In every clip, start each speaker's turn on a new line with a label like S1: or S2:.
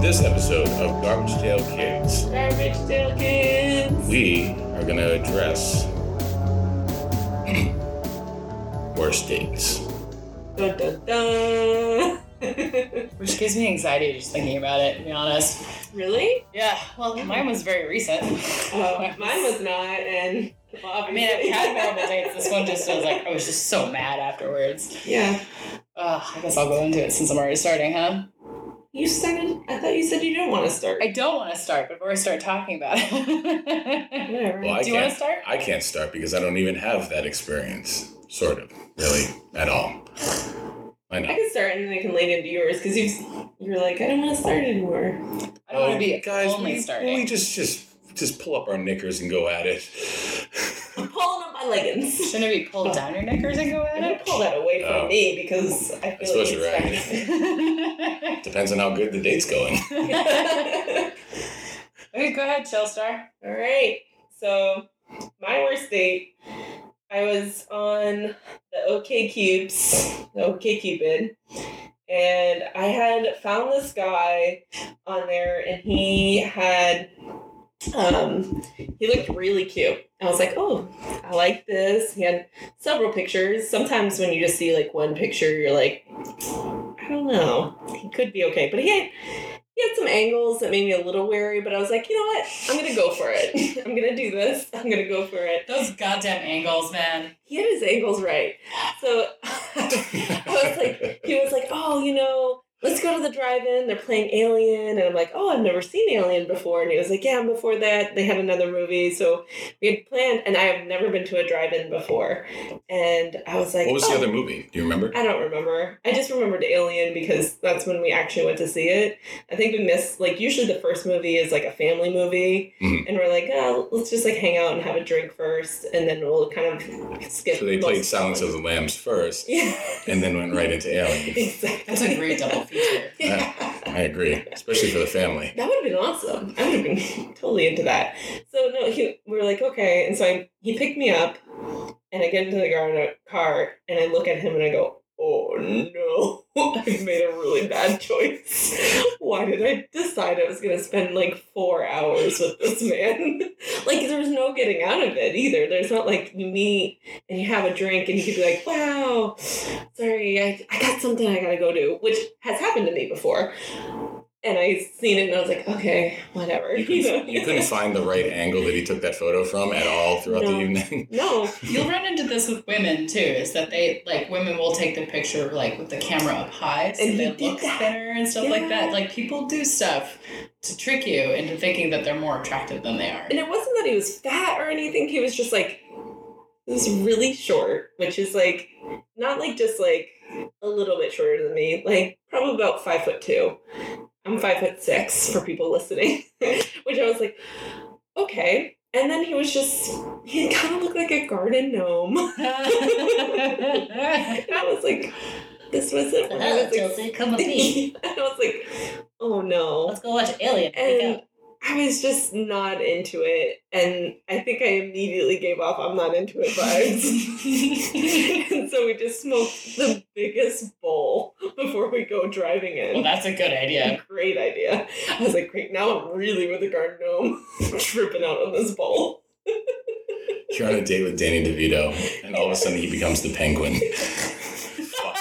S1: this episode of Garbage Tail Kids,
S2: Garbage Pail Kids.
S1: we are going to address worst dates.
S2: Dun, dun, dun.
S3: Which gives me anxiety just thinking about it, to be honest.
S2: really?
S3: Yeah, well, mine was very recent.
S2: Oh, mine was not, and
S3: I mean, I've had memorable dates. This one just was like, I was just so mad afterwards.
S2: Yeah.
S3: Ugh, I guess I'll go into it since I'm already starting, huh?
S2: You started. I thought you said you didn't want to start.
S3: I don't want to start before I start talking about it.
S2: Whatever.
S1: Well, I
S3: Do you want to
S1: can't,
S3: start?
S1: I can't start because I don't even have that experience, sort of, really, at all. I
S2: I
S1: know.
S2: can start, and then I can lean into yours because you you're like, I don't want to start anymore.
S3: I don't want to be
S1: Um, guys,
S3: only
S1: we,
S3: starting.
S1: We just, just, just pull up our knickers and go at it.
S2: I'm pulling up my leggings.
S3: Shouldn't it be pulled down your knickers and go
S2: I'm
S3: at
S2: gonna
S3: it?
S2: pull that away from
S1: Oh.
S2: me because I
S1: I
S2: feel
S1: suppose
S2: like
S1: you're right. Depends on how good the date's going.
S2: right.
S3: okay, go ahead, Chillstar.
S2: All right. So, my worst date, I was on the OK Cubes, the OK Cupid, and I had found this guy on there, and he had, um, he looked really cute. I was like, oh, I like this. He had several pictures. Sometimes when you just see like one picture, you're like, I don't know. He could be okay, but he had he had some angles that made me a little wary, but I was like, you know what? I'm gonna go for it. I'm gonna do this. I'm gonna go for it.
S3: Those goddamn angles, man.
S2: He had his angles right. So I was like, he was like, oh, you know, let's go to the drive-in. They're playing Alien, and I'm like, oh, I've never seen Alien before. And he was like, yeah, before that they had another movie, so we had planned. And I have never been to a drive-in before, and I was like,
S1: What was the
S2: "Oh."
S1: other movie? Do you remember?
S2: I don't remember. I just remembered Alien because that's when we actually went to see it. I think we missed like usually the first movie is like a family movie,
S1: Mhm.
S2: and we're like, oh, let's just like hang out and have a drink first, and then we'll kind of skip.
S1: So they played
S2: most-
S1: Silence of the Lambs first,
S2: Yeah,
S1: and then went right into Alien.
S2: exactly.
S3: That's a great double feature.
S2: Yeah.
S1: I agree, especially for the family.
S2: That would have been awesome. I would have been totally into that. So no, he, we were like, okay, and so I, he picked me up, and I get into the gar- car, and I look at him, and I go, oh no, I made a really bad choice. Why did I decide I was gonna spend like four hours with this man? like there's no getting out of it either. There's not like you meet and you have a drink and you could be like, wow, sorry, I, I got something I gotta go do, which has happened to me before. And I seen it and I was like, okay, whatever.
S1: You couldn't, you couldn't find the right angle that he took that photo from at all throughout the
S2: No.
S1: evening.
S2: no.
S3: You'll run into this with women too, is that they like women will take the picture like with the camera up high so
S2: And he
S3: that it
S2: did
S3: looks
S2: that.
S3: thinner and stuff like
S2: Yeah.
S3: that. Like people do stuff to trick you into thinking that they're more attractive than they are.
S2: And it wasn't that he was fat or anything, he was just like he was really short, which is like not like just like a little bit shorter than me, like probably about five foot two. I'm five foot six for people listening, which I was like, okay. And then he was just, he kind of looked like a garden gnome. and I was like, this wasn't what I was like.
S3: come
S2: and I was like, oh no.
S3: go watch Alien.
S2: And uh, I was just not into it. And I think I immediately gave off I'm not into it vibes. and so we just smoked the biggest bowl before we go driving in.
S3: well, that's a good idea.
S2: Great idea. I was like, great, now I'm really with the garden gnome tripping out on this bowl.
S1: You're on a date with Danny DeVito, and all of a sudden he becomes the penguin. Fuck.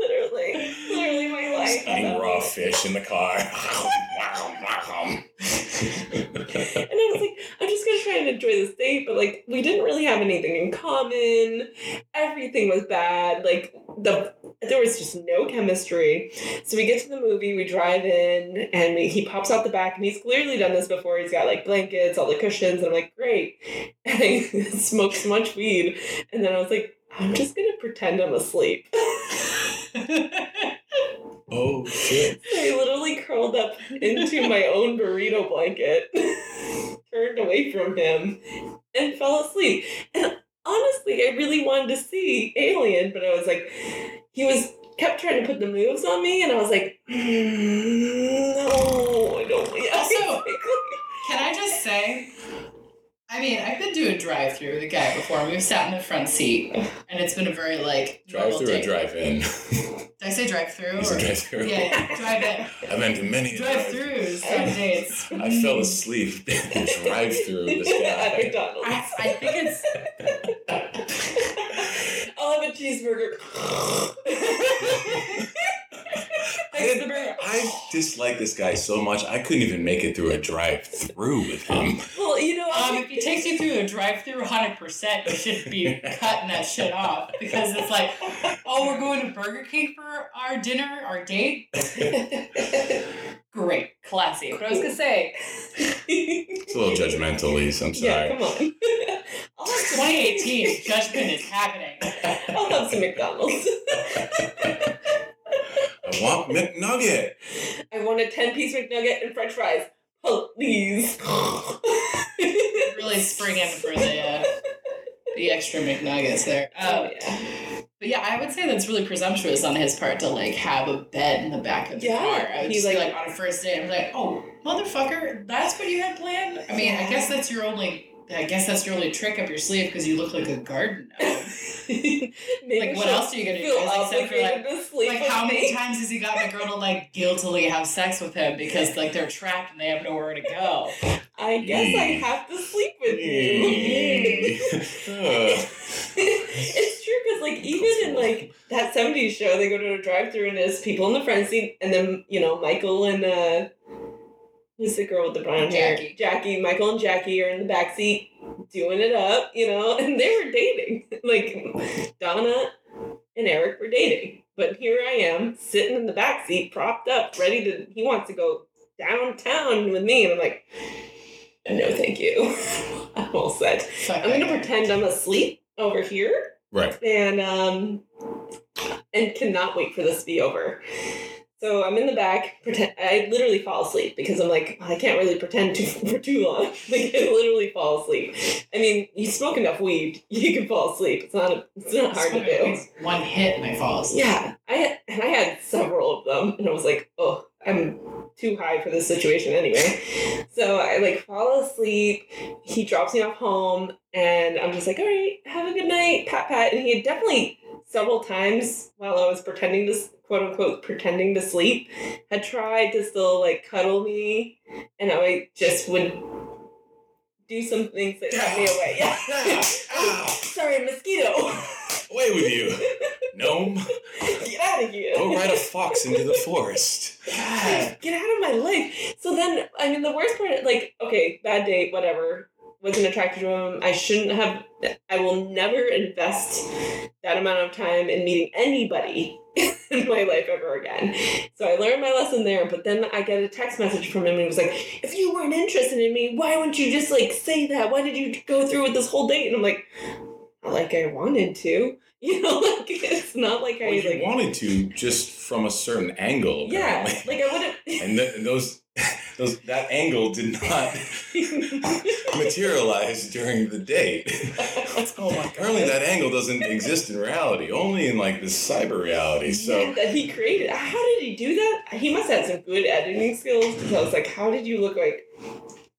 S2: literally, literally my life.
S1: Just eating
S3: uh-huh.
S1: raw fish in the car.
S2: And I was like, I'm just gonna try and enjoy this date, but like we didn't really have anything in common. Everything was bad. Like the there was just no chemistry. So we get to the movie, we drive in, and we, he pops out the back, and he's clearly done this before. He's got like blankets, all the cushions, and I'm like, great. And I smoked so much weed, and then I was like, I'm just gonna pretend I'm asleep.
S1: oh shit!
S2: I literally curled up into my own burrito blanket, turned away from him, and fell asleep. And honestly, I really wanted to see Alien, but I was like, he was kept trying to put the moves on me, and I was like, mm, no, I don't.
S3: Also- Can I just say, I I mean, I've been to a drive through with a guy before. and We've sat in the front seat, and it's been a very like
S1: Drive
S3: normal
S1: through or
S3: day.
S1: drive in?
S3: Did I say drive through?
S1: Is it drive through?
S3: Yeah, drive in.
S1: I've been to many
S3: Drive throughs on dates. Mm-hmm.
S1: I fell asleep in drive through this
S2: At
S1: guy.
S2: McDonald's.
S3: I, I think it's
S2: I'll have a cheeseburger. Thanks, the burger.
S1: I dislike this guy so much I couldn't even make it through a drive through with him.
S2: Well, you know,
S3: um,
S2: I
S3: if he takes you through a drive through 100%, you should be cutting that shit off because it's like, oh, we're going to Burger King for our dinner, our date? Great, classy. But I was going to say,
S1: It's a little judgmental, Lise. I'm
S2: yeah,
S1: sorry.
S2: come on. I'll have some,
S3: 2018, judgment is happening.
S2: I'll have some McDonald's.
S1: I want McNugget.
S2: I want a 10 piece McNugget and french fries. Please. oh,
S3: Really spring in for the, uh, the extra McNuggets there. Um,
S2: yeah.
S3: But yeah, I would say that's really presumptuous on his part to like have a bed in the back of the
S2: Yeah,
S3: car. I would
S2: he's
S3: just be
S2: like-
S3: like on a first date. I'm like, oh motherfucker, that's what you had planned. I mean, I guess that's your only. I guess that's your only trick up your sleeve because you look like a garden gnome.
S2: Maybe
S3: Like, what
S2: she'll
S3: else are you gonna do?
S2: Feel
S3: Except for
S2: obligated
S3: like,
S2: to sleep
S3: like
S2: with
S3: how many
S2: me?
S3: times has he gotten a girl to like guiltily have sex with him because like they're trapped and they have nowhere to go?
S2: I guess I have to sleep with you.
S1: Ugh.
S2: it's true because like even in like that 70s show they go to a drive through and there's people in the front seat and then you know michael and uh who's the girl with the brown hair
S3: Jackie.
S2: jackie michael and jackie are in the back seat doing it up you know and they were dating like donna and eric were dating but here i am sitting in the back seat propped up ready to he wants to go downtown with me and i'm like no thank you i'm all set
S3: Fuck
S2: I'm
S3: that
S2: gonna
S3: guy.
S2: pretend I'm asleep over here
S1: Right.
S2: and um and cannot wait for this to be over. So I'm in the back, pretend I literally fall asleep because I'm like, I can't really pretend to, for too long. Like I literally fall asleep. I mean, you smoke enough weed, you can fall asleep. It's not a, it's not hard to do.
S3: One hit and I fall asleep.
S2: Yeah, I had, and I had several of them, and I was like, oh, I'm too high for this situation anyway. So I like fall asleep. He drops me off home, and I'm just like, all right, have a good night, pat pat. And he had definitely several times while I was pretending to s- quote unquote pretending to sleep had tried to still like cuddle me, and I just would do some things that cut me away. Yeah.
S1: Ow.
S2: Sorry, mosquito.
S1: Ah, Away with you, gnome.
S2: Get out of here.
S1: Go ride a fox into the forest.
S3: God.
S2: get out of my life. So then, I mean, the worst part, like, okay, bad date, whatever. Wasn't attracted to him. I shouldn't have. I will never invest that amount of time in meeting anybody in my life ever again. So I learned my lesson there. But then I get a text message from him, and he was like, "If you weren't interested in me, why wouldn't you just like say that? Why did you go through with this whole date?" And I'm like, "Not like I wanted to. You know, like it's not like
S1: Well,
S2: I
S1: you
S2: like."
S1: wanted to just from a certain angle.
S2: Yeah,
S1: apparently.
S2: like I wouldn't.
S1: and, th- and those those that angle did not materialize during the date.
S3: Oh my god.
S1: Apparently, that angle doesn't exist in reality, only in like this cyber reality. So
S2: that he created. How did he do that? He must have some good editing skills because I was like, how did you look like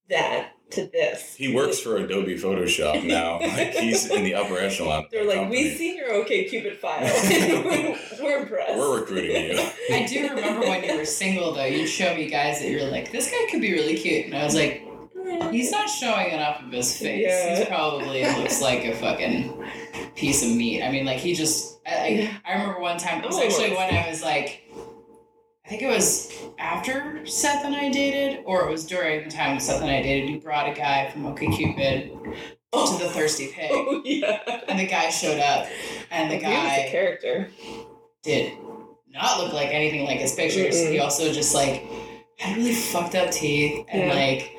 S2: that to this?
S1: he works for Adobe Photoshop now. Like he's in the upper echelon. of
S2: They're
S1: the
S2: like,
S1: company.
S2: we seen your OK Cupid file. We're- We're impressed.
S1: We're recruiting you.
S3: I do remember when you were single though, you'd show me guys that you were like, this guy could be really cute. And I was like, he's not showing enough of his face.
S2: Yeah.
S3: He's probably looks like a fucking piece of meat. I mean, like he just. I, I, I remember one time. It was
S2: Oh.
S3: actually when I was like, I think it was after Seth and I dated, or it was during the time Seth and I dated. You brought a guy from OkCupid
S2: Oh.
S3: to the Thirsty Pig,
S2: Oh yeah.
S3: and the guy showed up, and the
S2: He was a
S3: guy
S2: character.
S3: did not look like anything like his pictures.
S2: Mm-mm.
S3: He also just like had really fucked up teeth and
S2: Yeah.
S3: like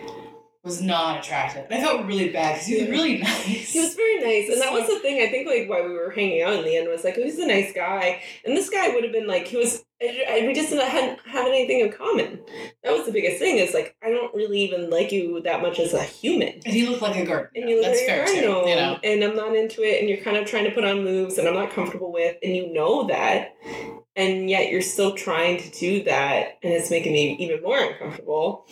S3: was not attractive. And I felt really bad because he was really nice.
S2: He was very nice, and that was the thing. I think like why we were hanging out in the end was like, oh, he's a nice guy, and this guy would have been like, he was. I, I- we just didn't had have anything in common. That was the biggest thing. Is like, I don't really even like you that much as a human.
S3: and he looked like a garden.
S2: And you look
S3: That's
S2: like
S3: fair
S2: a
S3: too. You
S2: cardinal,
S3: know.
S2: and I'm not into it, and you're kind of trying to put on moves that I'm not comfortable with, and you know that, and yet you're still trying to do that, and it's making me even more uncomfortable.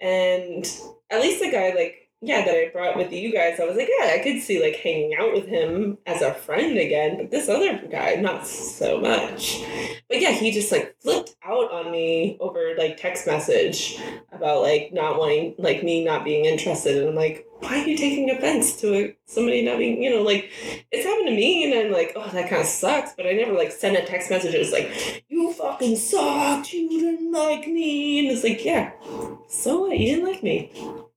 S2: And at least the guy like yeah, that I brought with you guys, I was like, yeah, I could see like hanging out with him as a friend again, but this other guy, not so much. But yeah, he just like flipped out on me over like text message about like not wanting, like me not being interested. And I'm like, why are you taking offense to somebody not being, you know, like it's happened to me and I'm like, oh, that kind of sucks. But I never like sent a text message. It was like, you fucking sucked. You didn't like me. And it's like, yeah, so what? You didn't like me.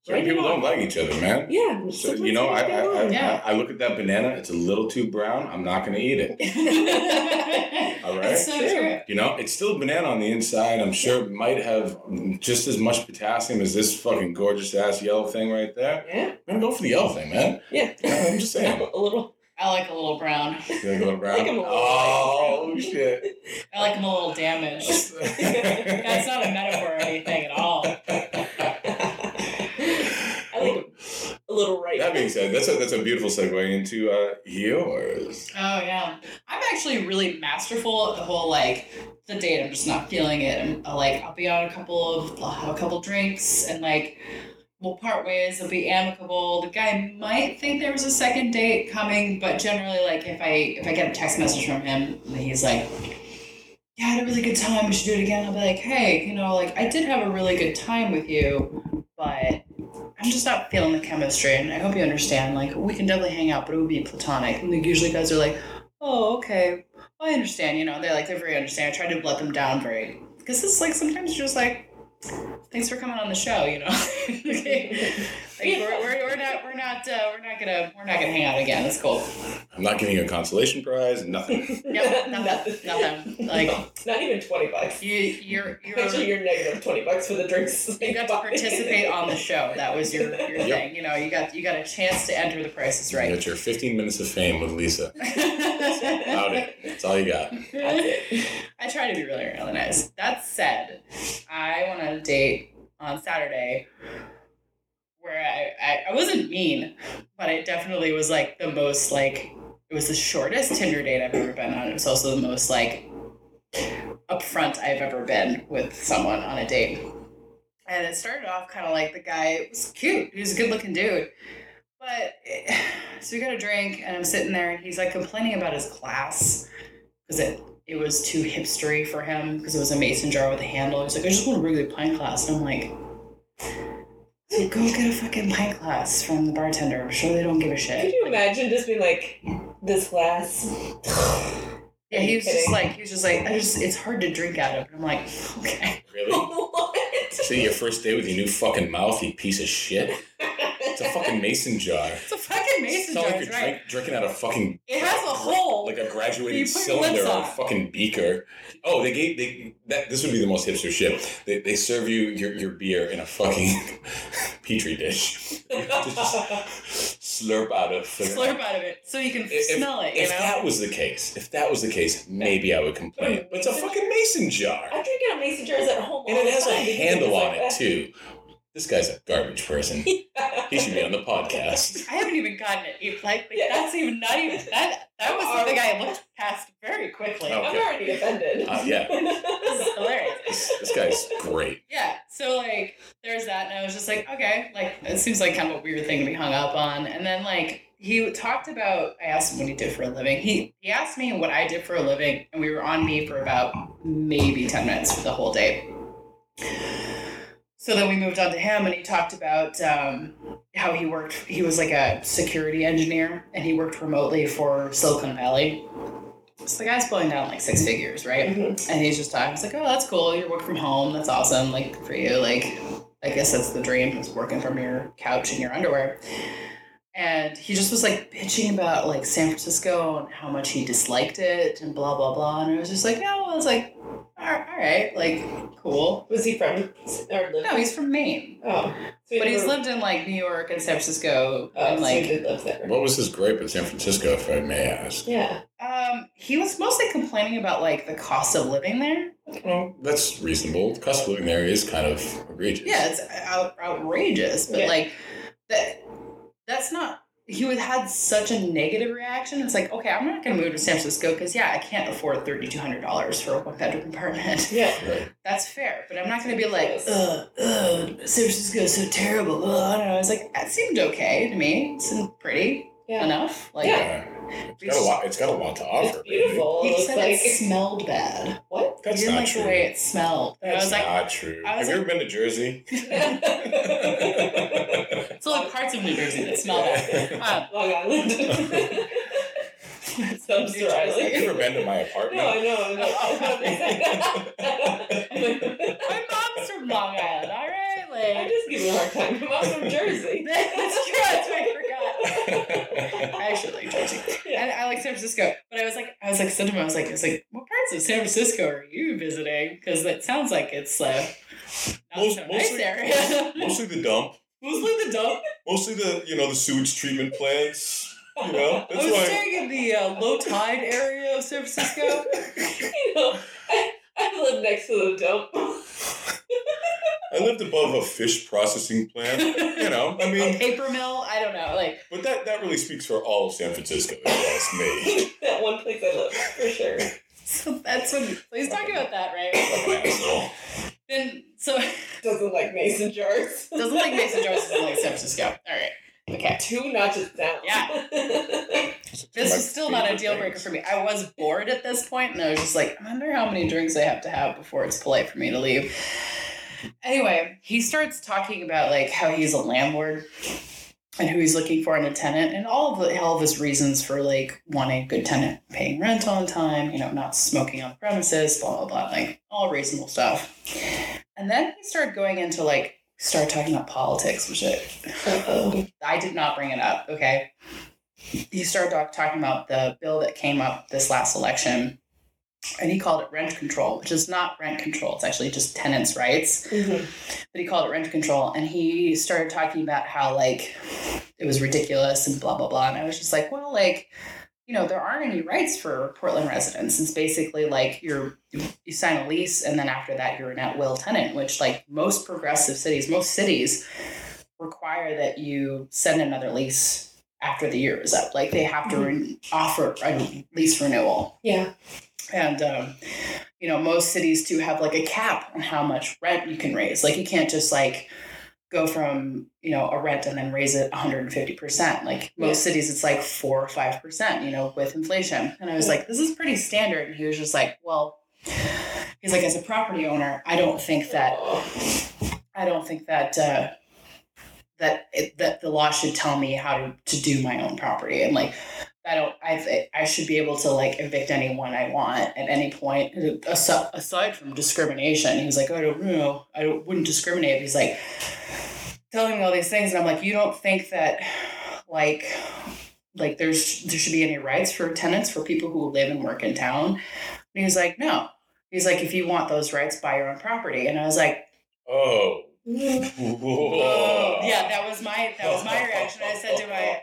S1: Some
S2: Right
S1: people
S2: on.
S1: don't like each other, man.
S2: Yeah.
S1: So, you know, I, I, I,
S3: Yeah.
S1: I, I look at that banana. It's a little too brown. I'm not going to eat it. All right.
S3: It's so true.
S1: You know, it's still a banana on the inside. I'm sure it might have just as much potassium as this fucking gorgeous ass yellow thing right there.
S2: yeah,
S1: I'm gonna go for the yellow thing, man.
S2: yeah.
S1: I'm just saying.
S2: A little.
S3: I like a little brown.
S1: You like a little brown?
S2: Like I'm a little
S1: oh
S2: brown.
S1: shit.
S3: I like them a little damaged. That's not a metaphor or anything at all.
S2: I like a little right.
S1: that being said, that's a that's a beautiful segue into uh yours.
S3: Oh yeah, I'm actually really masterful at the whole like the date. I'm just not feeling it. I'm I'll, like I'll be on a couple of I'll have a couple drinks and like we'll part ways. It'll be amicable. The guy might think there was a second date coming, but generally like if I if I get a text message from him, and he's like. Yeah, I had a really good time. We should do it again. I'll be like, hey, you know, like I did have a really good time with you, but I'm just not feeling the chemistry, and I hope you understand. Like, we can definitely hang out, but it would be platonic. And like, usually guys are like, oh, okay, I understand. You know, they're like, they're very understanding. I try to let them down very, because it's like sometimes you're just like, thanks for coming on the show. You know, okay, like, we're, we're, we're not we're not uh, we're not gonna we're not gonna hang out again. That's cool.
S1: I'm not giving you a consolation prize, nothing.
S3: Yep, nothing, nothing. Like
S2: not even twenty bucks.
S3: you you're
S2: Actually,
S3: you're.
S2: you're negative twenty bucks for the drinks.
S3: You got to participate on the show. That was your, your
S1: Yep.
S3: thing. You know, you got you got a chance to enter the prices right.
S1: You got your 15 minutes of fame with Lisa. Out
S3: I
S1: it. That's all you got.
S2: That's it.
S3: try to be really, really nice. That said, I went on a date on Saturday where I, I, I wasn't mean, but it definitely was like the most like it was the shortest Tinder date I've ever been on. It was also the most like upfront I've ever been with someone on a date. And it started off kind of like the guy was cute. He was a good looking dude. But so we got a drink, and I'm sitting there, and he's like complaining about his glass because it it was too hipstery for him because it was a mason jar with a handle. He's like, I just want a regular pint glass, and I'm like, so go get a fucking pint glass from the bartender. I'm sure they don't give a
S2: Could
S3: shit.
S2: you imagine just being like this glass?
S3: Yeah, he was just
S2: Kidding.
S3: like, he was just like, I just it's hard to drink out of. And I'm like, okay,
S1: Really?
S2: what?
S1: See your first day with your new fucking mouth, you piece of shit. It's a fucking mason jar.
S3: it's a fucking mason
S1: it's
S3: jar,
S1: not like
S3: it's
S1: you're
S3: right?
S1: drink, drinking out of fucking
S3: It has a hole.
S1: like a graduated
S3: You put your lips
S1: cylinder or a
S3: on.
S1: fucking beaker. Oh, they gave they that this would be the most hipster shit. They, they serve you your, your beer in a fucking petri dish. You have to just slurp out of.
S3: Slurp out of it so you can
S1: If-
S3: smell it. You
S1: If
S3: know.
S1: that was the case, if that was the case, maybe I would complain. But it's a fucking mason jar,
S3: Oh,
S2: I'm drinking out mason jars at home.
S1: and
S2: all
S1: it
S2: the
S1: has a
S2: time because
S1: handle
S2: it's
S1: on
S2: like
S1: it too. This guy's a garbage person.
S2: that.
S1: He should be on the podcast.
S3: I haven't even gotten it. It's Like, like
S2: Yeah.
S3: that's even not even that. That was something I looked past very quickly.
S1: Oh.
S2: I'm
S1: Okay.
S2: already offended.
S1: Uh, yeah.
S3: This is hilarious.
S1: This, this guy's great.
S3: Yeah. So like, there's that, and I was just like, okay, like it seems like kind of a weird thing to be hung up on. And then like he talked about, I asked him what he did for a living. He he asked me what I did for a living, and we were on me for about maybe ten minutes for the whole day. So then we moved on to him, and he talked about um, how he worked. He was like a security engineer, and he worked remotely for Silicon Valley. So the guy's blowing down like six figures, right?
S2: Mhm.
S3: And he's just talking. He's like, "Oh, that's cool. You work from home. That's awesome. Like good for you. Like, I guess that's the dream is working from your couch in your underwear." And he just was like bitching about like San Francisco and how much he disliked it and blah blah blah. And I was just like, "Yeah, well, it's like, all right, all right, like, cool."
S2: Was he from or lived?
S3: No, he's from Maine,
S2: Oh, so he
S3: but he's
S2: never-
S3: lived in like New York and San Francisco
S2: Oh,
S3: and
S2: so
S3: like
S2: he did live there.
S1: What was his gripe in San Francisco, if I may ask?
S2: Yeah.
S3: um, he was mostly complaining about like the cost of living there.
S1: Well, that's reasonable. The cost of living there is kind of egregious.
S3: Yeah, it's out, outrageous, but
S2: Yeah.
S3: like that that's not he was, had such a negative reaction. It's like, okay, I'm not going to move to San Francisco because, yeah, I can't afford $3,200 for a one bedroom apartment.
S2: Yeah.
S1: Right.
S3: That's fair, but I'm not going to be like, ugh, ugh, San Francisco's so terrible. Ugh. I don't know. I was like, that seemed okay to me. It seemed pretty
S2: Yeah.
S3: enough. Like,
S2: Yeah.
S1: Yeah. Uh, It's got a lot. It's got a lot to offer.
S2: It's beautiful.
S3: He
S2: It's
S3: said
S2: like
S3: it smelled bad.
S2: what?
S1: That's
S3: you didn't
S1: not
S3: like
S1: true.
S3: the way it smelled. And I
S1: That's
S3: was like, Oh,
S1: not true.
S3: I was
S1: Have you ever been to Jersey?
S3: it's only parts of New Jersey that smell bad. Um,
S2: Long Island. so
S3: New Jersey.
S1: Have you ever been to my apartment?
S2: No, I know. I know.
S3: my mom's from Long Island, all right?
S2: I
S3: Like,
S2: just give you a hard time. I'm from Jersey.
S3: that's true. That's what I
S1: I
S3: forgot. I actually like Jersey.
S2: Yeah.
S3: And I like San Francisco. But I was like, I was like, said to him, I was like, I was like, what parts of San Francisco are you visiting? Because that sounds like it's uh, not
S1: Most-
S3: so nice
S1: mostly-
S3: area.
S1: mostly the dump.
S3: mostly the dump.
S1: Mostly the you know the sewage treatment plants. You know
S3: I
S1: that's
S3: was
S1: why.
S3: staying in the uh, low tide area of San Francisco.
S2: You know, I, I live next to the dump.
S1: I lived above a fish processing plant. You know, I
S3: A
S1: mean,
S3: paper mill. I don't know. Like
S1: but that that really speaks for all of San Francisco, if you ask me.
S2: that one place I live, for sure.
S3: so that's when. So he's talking about that, right?
S1: Fucking asshole.
S3: Then so
S2: Doesn't like mason jars.
S3: doesn't like Mason Joyce doesn't like San Francisco. All right. Okay.
S2: Two notches down.
S3: Yeah. This was still not a deal breaker for me. I was bored at this point, and I was just like, I wonder how many drinks I have to have before it's polite for me to leave. Anyway, he starts talking about like how he's a landlord and who he's looking for in a tenant, and all of the, all of his reasons for like wanting a good tenant, paying rent on time, you know, not smoking on the premises, blah blah blah, like all reasonable stuff. And then he started going into like start talking about politics, which I
S2: Uh-oh.
S3: I did not bring it up. Okay. He started talk- talking about the bill that came up this last election, and he called it rent control, which is not rent control. It's actually just tenants' rights.
S2: Mhm.
S3: But he called it rent control, and he started talking about how like it was ridiculous and blah blah blah. And I was just like, well, like you know, there aren't any rights for Portland residents. It's basically like you're you sign a lease, and then after that, you're an at will tenant, which like most progressive cities, most cities require that you send another lease after the year is up. Like they have to re- offer a lease renewal.
S2: Yeah.
S3: And, um, you know, most cities too have like a cap on how much rent you can raise. Like you can't just like go from, you know, a rent and then raise it 150%. Like most
S2: Yeah.
S3: cities, it's like four or 5%, you know, with inflation. And I was like, this is pretty standard. And he was just like, well, he's like, as a property owner, I don't think that I don't think that uh, that it, that the law should tell me how to, to do my own property and like I don't I I should be able to like evict anyone I want at any point aside, aside from discrimination. He was like, I don't know, I don't- wouldn't discriminate. He's like telling me all these things, and I'm like, you don't think that like like there's there should be any rights for tenants for people who live and work in town. And he was like, no. He's like, if you want those rights, buy your own property. And I was like,
S1: Oh.
S2: Mhm.
S1: Whoa.
S3: yeah, that was my that was my reaction. I said to my,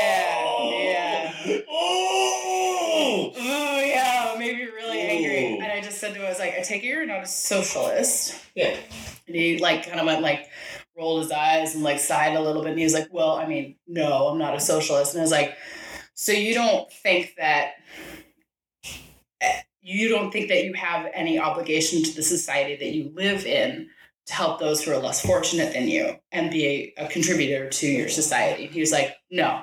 S3: Yeah,
S1: yeah. Oh.
S3: oh yeah, it made me really angry. And I just said to him, I was like, I take it you're not a socialist.
S2: Yeah.
S3: And he like kind of went like rolled his eyes and like sighed a little bit. And he was like, Well, I mean, no, I'm not a socialist. And I was like, So you don't think that eh, you don't think that you have any obligation to the society that you live in to help those who are less fortunate than you and be a, a contributor to your society. And he was like, No,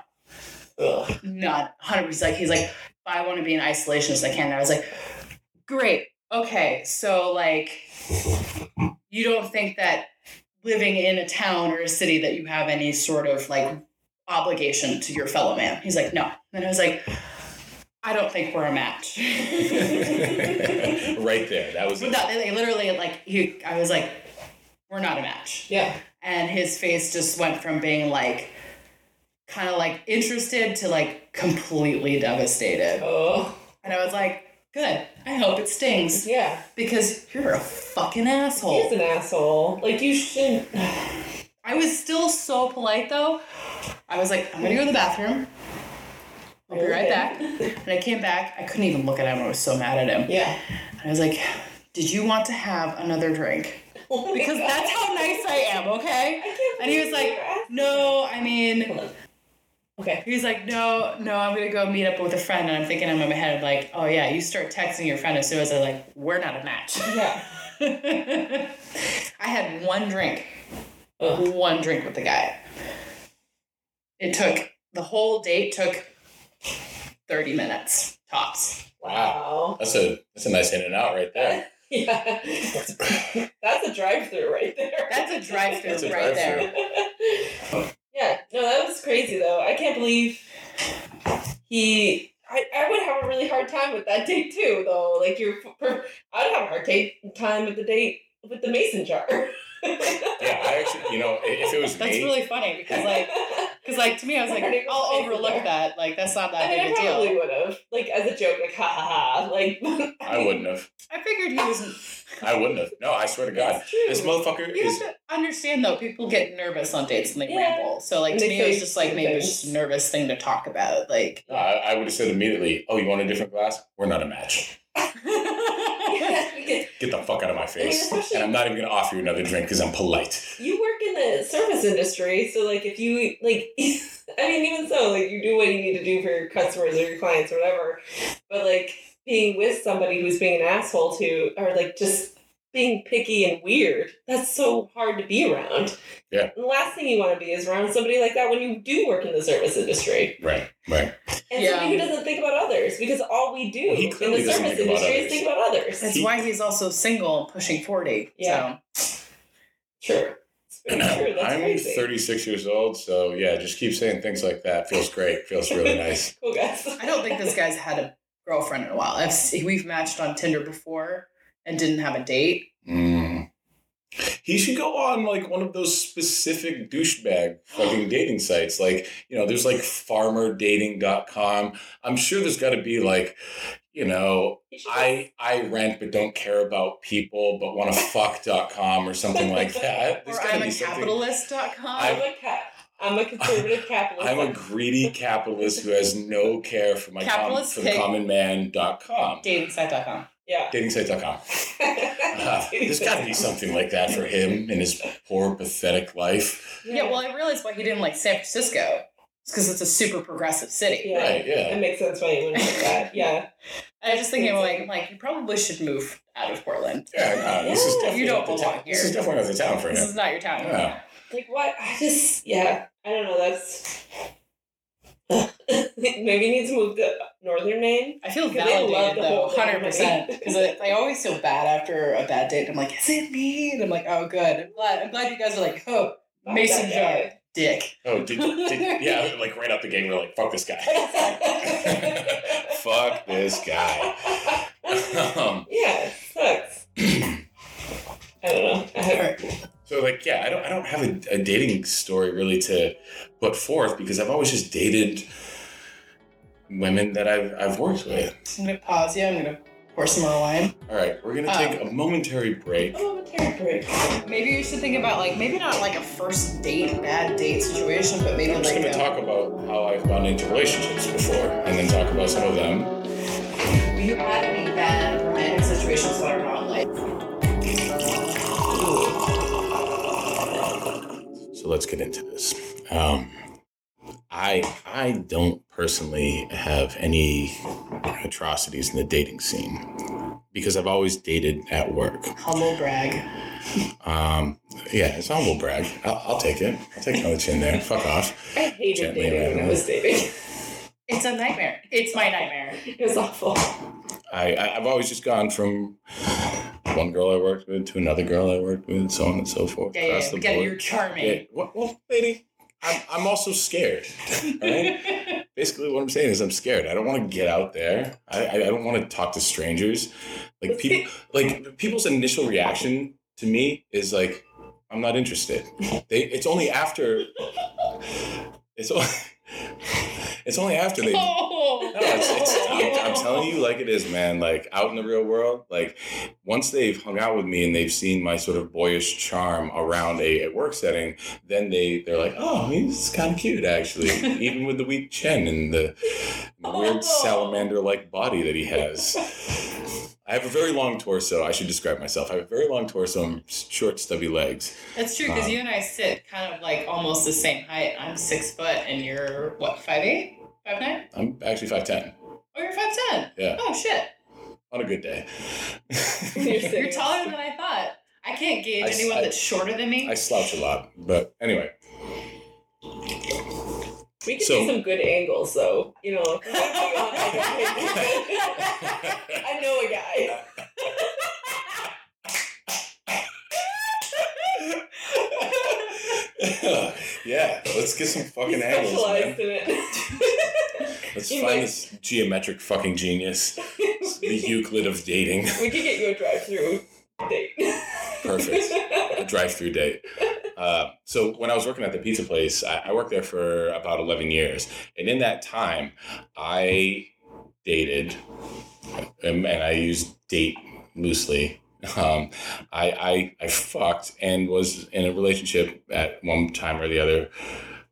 S2: Ugh.
S3: not 100 percent like he's like i want to be in isolation as i can and i was like great okay so like you don't think that living in a town or a city that you have any sort of like obligation to your fellow man he's like no and i was like i don't think we're a match
S1: right there. That was
S3: but
S1: it.
S3: no, they literally like he i was like we're not a match
S2: Yeah.
S3: and his face just went from being like kind of like interested to like completely devastated
S2: Oh.
S3: and I was like, good. I hope it stings
S2: Yeah.
S3: because you're a fucking
S2: He's
S3: asshole.
S2: an asshole. Like you shouldn't.
S3: I was still so polite though. I was like, I'm gonna go to the bathroom. I'll be right back. And I came back. I couldn't even look at him. I was so mad at him.
S2: Yeah.
S3: And I was like, did you want to have another drink? Because that's how nice I am, okay?
S2: I can't
S3: And he was
S2: believe
S3: like,
S2: you're asking.
S3: No, I mean,
S2: Okay.
S3: He's like, no, no, I'm gonna go meet up with a friend, and I'm thinking in my head like, oh yeah, you start texting your friend as soon as I like, we're not a match.
S2: Yeah.
S3: I had one drink,
S2: Ugh.
S3: one drink with the guy. It took the whole date took thirty minutes tops.
S2: Wow.
S1: That's a that's a nice in and out right there.
S2: Yeah. That's a drive through right there.
S3: That's a drive-through
S1: That's a
S3: right
S1: drive-through.
S3: there.
S2: yeah, no, that was crazy though. I can't believe he. I, I would have a really hard time with that date too, though. Like you're, per, I'd have a hard ta- time with the date with the mason jar.
S1: Yeah, I actually, you know, i- if it was
S3: That's
S1: me,
S3: really funny because like, because like to me, I was like,
S2: I didn't
S3: I'll
S2: even think
S3: overlook
S2: of
S3: that. Like that's not that
S2: I mean, I
S3: big a
S2: probably
S3: deal.
S2: would have, like as a joke, like ha ha ha, like.
S1: I wouldn't have.
S3: I figured he was.
S1: I wouldn't have. No, I swear to God,
S2: It's true.
S1: this motherfucker
S3: You have
S1: is.
S3: to understand though, people get nervous on dates and they
S2: Yeah.
S3: ramble. So like
S2: And
S3: to
S2: they
S3: me, it was
S2: say
S3: just like maybe it was
S2: things.
S3: just a nervous thing to talk about. Like.
S1: No, I, I would have said immediately, "Oh, you want a different glass? We're not a match.
S2: Yeah, because
S1: Get the fuck out of my face."
S2: I mean, especially-
S1: And I'm not even gonna offer you another drink because I'm polite.
S2: you work in the service industry, so like if you like, I mean, even so, like you do what you need to do for your customers or your clients or whatever, but like being with somebody who's being an asshole to, or like just being picky and weird, that's so hard to be around.
S1: Yeah.
S2: And the last thing you want to be is around somebody like that when you do work in the service industry,
S1: Right. Right.
S2: and
S3: Yeah.
S2: somebody who doesn't think about others, because all we do
S1: Well, he
S2: in the
S1: clearly
S2: service
S1: doesn't think about
S2: industry
S1: others.
S2: is think about others.
S3: That's
S1: He-
S3: why he's also single and pushing 40.
S2: Yeah. True. It's very true. That's
S1: I'm
S2: crazy.
S1: 36 years old, so yeah, just keep saying things like that. Feels great. Feels really nice.
S2: Cool guys.
S3: So I don't think this guy's had a girlfriend in a while. I've, s- we've matched on Tinder before and didn't have a date.
S1: Mm. He should go on like one of those specific douchebag fucking dating sites. Like, you know, there's like farmerdating.com. I'm sure there's got to be like, you know,
S2: You should
S1: I I rent but don't care about people but want to fuck.com or something like that.
S3: Or
S1: There's gotta
S3: I'm
S1: be
S3: a
S1: something-
S2: I'm
S3: capitalist.com.
S2: a cat. I'm a conservative capitalist.
S1: I'm a greedy capitalist who has no care for my com-
S3: Capitalist
S1: for the
S3: pig.
S1: common man.com.
S3: Dating site.com.
S2: yeah.
S1: Datingsite.com. Uh, there's got to be something like that for him in his poor, pathetic life.
S3: Yeah. well, I realized why he didn't like San Francisco. It's because it's a super progressive city.
S2: Yeah.
S1: Right, yeah.
S2: that makes sense why you wouldn't like that. Yeah,
S3: I just thinking, like, I'm like, you probably should move out of Portland.
S1: Yeah, no, this is
S2: Yeah,
S1: definitely
S3: you don't
S1: not the
S3: belong
S1: town. This is
S3: here.
S1: definitely not the town for
S3: This
S1: him.
S3: is not your town.
S1: Yeah.
S2: like what? I just yeah. I don't know. That's maybe you need to move to Northern Maine.
S3: I feel
S2: Because they love
S3: validated
S2: the
S3: though,
S2: whole thing,
S3: hundred percent.
S2: right?
S3: Because I, I always feel bad after a bad date. I'm like, is it me? And I'm like, oh, good. I'm glad. I'm glad you guys are like, oh,
S2: Fuck
S3: mason jar,
S2: that
S3: dick.
S1: Oh, did, did yeah, like right out the gate, we're like, fuck this guy.
S2: guy.
S1: fuck this guy. um,
S2: yeah, it sucks. I don't know. I have,
S1: so like, yeah, I don't, I don't have a, a dating story really to put forth because I've always just dated women that I've, I've worked with.
S3: I'm gonna pause you. I'm gonna pour some more wine.
S1: All right, we're gonna
S3: Oh.
S1: take a momentary break.
S2: oh, I'm a tear break.
S3: Maybe you should think about like maybe not like a first date, bad date situation, but maybe
S1: I'm just
S3: like
S1: going to
S3: a-
S1: talk about how I've gone into relationships before and then talk about some of them.
S3: you had any bad romantic situations that are not like
S1: So let's get into this. Um, I I don't personally have any atrocities in the dating scene because I've always dated at work.
S3: humble brag.
S1: Um, yeah, it's humble brag. I'll, I'll take it. I'll take another chin there. Fuck off.
S2: I hated
S1: Gently
S2: dating when I
S1: around.
S2: was dating.
S3: It's a nightmare. It's my nightmare.
S2: It was awful.
S1: I, I I've always just gone from one girl I worked with to another girl I worked with, so on and so forth.
S3: Yeah, yeah,
S1: across
S3: yeah.
S1: the
S3: We get it.
S1: board.
S3: You're charming.
S1: Yeah, well, well, lady, I'm, I'm also scared. all right? Basically, what I'm saying is I'm scared. I don't want to get out there. I, I, I don't want to talk to strangers. Like people, like people's initial reaction to me is like, I'm not interested. They, it's only after, it's only, it's only after they. No,
S3: Oh.
S1: it's, it's, I'm, I'm telling you, like it is, man. Like out in the real world, like once they've hung out with me and they've seen my sort of boyish charm around a, a work setting, then they they're like, oh, he's kind of cute actually, even with the weak chin and the weird
S2: Oh.
S1: salamander like body that he has. I have a very long torso. I should describe myself. I have a very long torso and short, stubby legs.
S3: That's true because
S1: Um,
S3: you and I sit kind of like almost the same height. I'm six foot, and you're what five eight, five nine?
S1: I'm actually 5'10
S3: Oh, you're five ten.
S1: Yeah.
S3: Oh shit,
S1: on a good day.
S2: You're
S3: you're taller than I thought. I can't gauge
S1: I s-
S3: anyone
S1: I-
S3: that's shorter than me.
S1: I slouch a lot. But anyway,
S2: We could
S1: So-
S2: do some good angles, though. You know, if we want to go on, like, I know
S1: Uh,
S2: a guy.
S1: yeah, let's get some fucking
S2: He
S1: angles, man.
S2: specialized in
S1: Let's
S2: You
S1: find
S2: might-
S1: this geometric fucking genius. It's the
S2: it.
S1: Euclid of dating.
S2: we could get you a drive-through date.
S1: Perfect. A drive-through date. Uh, so when I was working at the pizza place, I, I worked there for about eleven years, and in that time, I dated, and, and I used date loosely. Um, I, I I fucked and was in a relationship at one time or the other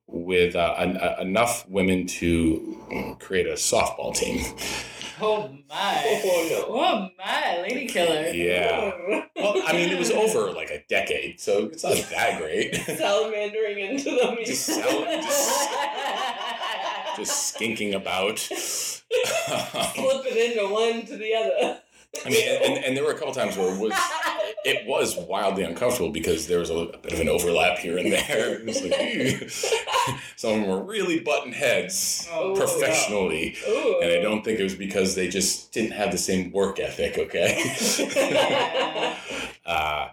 S1: with uh, en- uh, enough women to create a softball team.
S3: oh my.
S2: oh no.
S3: Oh my, lady killer.
S1: Yeah. Well, I mean, it was over like a decade, so it's not that great.
S2: Salamandering into them.
S1: Just sal- just- Just skinking about.
S2: Slipping into one to the other.
S1: I mean, and, and there were a couple times where it was it was wildly uncomfortable because there was a, little bit of an overlap here and there. It was like, "Ew." some of them were really button heads
S3: Oh,
S1: professionally,
S2: Ooh.
S1: and I don't think it was because they just didn't have the same work ethic. Okay.
S3: Yeah.
S1: Uh,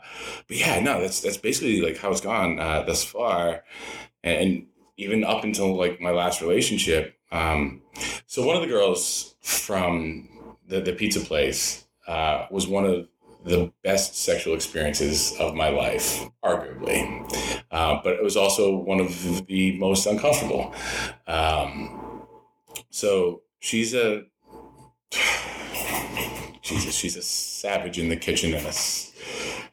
S1: but yeah, no, that's that's basically like how it's gone uh, thus far, and even up until like my last relationship. Um, so one of the girls from the the pizza place uh, was one of the best sexual experiences of my life, arguably, uh, but it was also one of the most uncomfortable. Um, so she's a. Jesus, she's a savage in the kitchen and a, s-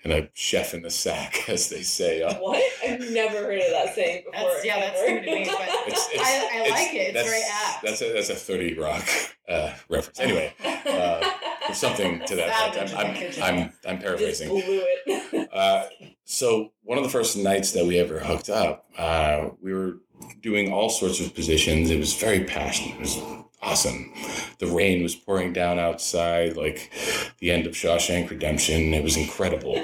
S1: and a chef in the sack, as they say. Uh,
S2: What? I've never heard of that saying before.
S3: That's- yeah, that's
S2: ever.
S3: new to me, but-
S1: it's, it's,
S3: I- I like it. It's
S1: that's-
S3: very apt.
S1: That's a, that's a 30 Rock uh, reference. Anyway, uh, or something to that effect. I'm, I'm, I'm, I'm
S2: Just
S1: paraphrasing.
S2: blew it.
S1: Uh, so one of the first nights that we ever hooked up, uh, we were doing all sorts of positions. It was very passionate. It was awesome. The rain was pouring down outside, like the end of Shawshank Redemption. It was incredible.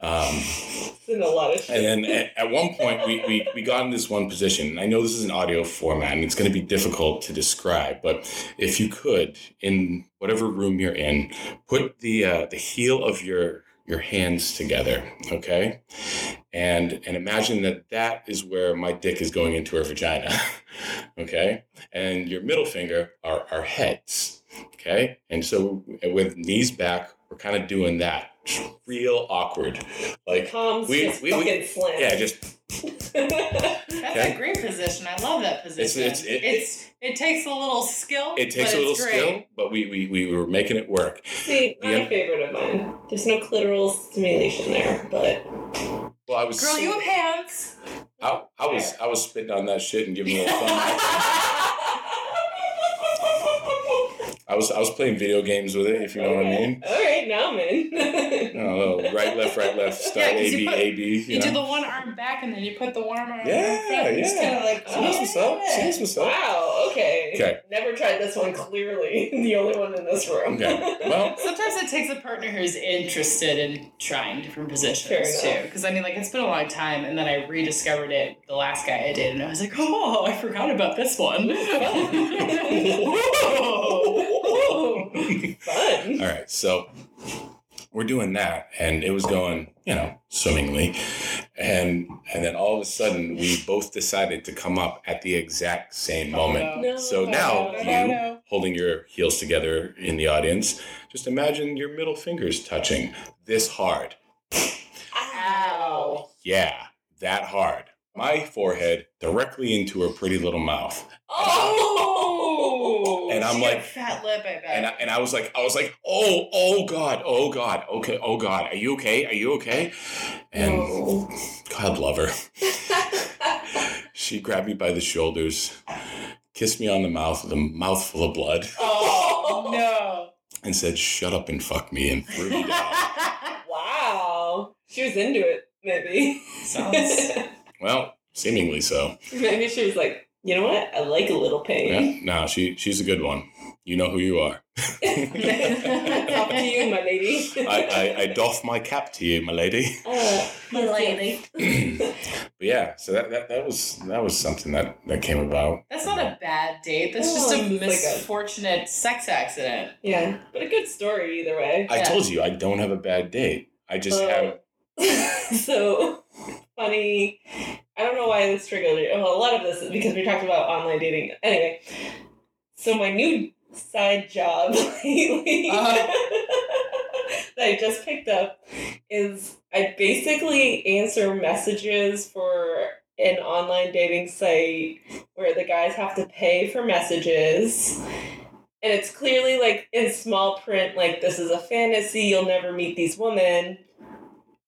S1: Um,
S2: it's in a lot of shit.
S1: and then at, at one point, we, we, we got in this one position. And I know this is an audio format and it's going to be difficult to describe, but if you could, in whatever room you're in, put the, uh, the heel of your, your hands together, okay? And, and imagine that that is where my dick is going into her vagina, okay? And your middle finger are our heads, okay? And so with knees back, we're kind of doing that real awkward. Like,
S2: Tom's
S1: we-
S2: just
S1: we- we-
S2: fucking slammed.
S1: yeah, just
S3: That's
S1: Okay.
S3: a great position. I love that position.
S1: it's-
S3: It's,
S1: it-
S3: it takes a little skill.
S1: it takes a
S3: but
S1: little
S3: it's great.
S1: skill, but we, we, we were making it work.
S2: See, not
S1: Yeah.
S2: a favorite of mine. There's no clitoral stimulation there, but
S1: Well, I was
S3: Girl, you have hands.
S1: I, I was I was spitting on that shit and giving it a little thumb. I was I was playing video games with it, if you know what I mean.
S2: All right, now I'm in.
S1: No, no, right, left, right, left, start
S3: Yeah, 'cause
S1: A
S3: you
S1: B
S3: put-
S1: A B.
S3: You,
S1: You
S3: do
S1: know?
S3: the one arm back and then you put the one arm on
S1: Yeah,
S3: front. Just
S1: yeah.
S3: kind of like, "Oh,
S1: She knows what's up. She knows what's up.
S2: wow. Okay.
S1: Okay.
S2: Never tried this one. Clearly, the only one in this room.
S1: Okay. Well,
S3: Sometimes it takes a partner who's interested in trying different
S2: Fair
S3: positions
S2: enough.
S3: too. Because I mean, like, it's been a long time, and then I rediscovered it the last guy I dated, and I was like, oh, I forgot about this one. Whoa.
S2: Fun.
S1: all right, so we're doing that, and it was going, you know, swimmingly, and and then all of a sudden we both decided to come up at the exact same moment.
S2: No,
S1: So
S2: no,
S1: now
S2: no,
S1: you
S2: no, no.
S1: holding your heels together in the audience, just imagine your middle fingers touching this hard.
S3: Ow.
S1: Yeah, that hard. My forehead directly into her pretty little mouth.
S2: Oh.
S1: Uh, And I'm
S3: She got
S1: like-
S3: a fat lip, I bet.
S1: And I, and I was like, I was like, oh, oh God, oh God, okay, oh God, are you okay? Are you okay? And
S2: No.
S1: God love her. She grabbed me by the shoulders, kissed me on the mouth with a mouthful of blood.
S3: oh no.
S1: and said, "Shut up and fuck me," and threw me down.
S2: Wow. She was into it, maybe.
S3: Sounds
S1: Well, seemingly so.
S2: maybe she was like, you know what? I like a little pain.
S1: Yeah, no, she she's a good one. You know who you are.
S2: Talk to you, my lady.
S1: I, I, I doff my cap to you, my lady.
S2: Uh,
S3: my lady.
S1: but yeah, so that, that, that was that was something that, that came about.
S3: That's not a bad date. That's
S2: No,
S3: just a
S2: Oh, it's like a-
S3: misfortunate sex accident.
S2: yeah, but a good story either way.
S1: I
S3: Yeah.
S1: told you I don't have a bad date. I just have
S2: so funny. I don't know why this triggered it. Well, a lot of this is because we talked about online dating. Anyway, so my new side job lately that I just picked up is I basically answer messages for an online dating site where the guys have to pay for messages. And it's clearly like in small print, like this is a fantasy, you'll never meet these women.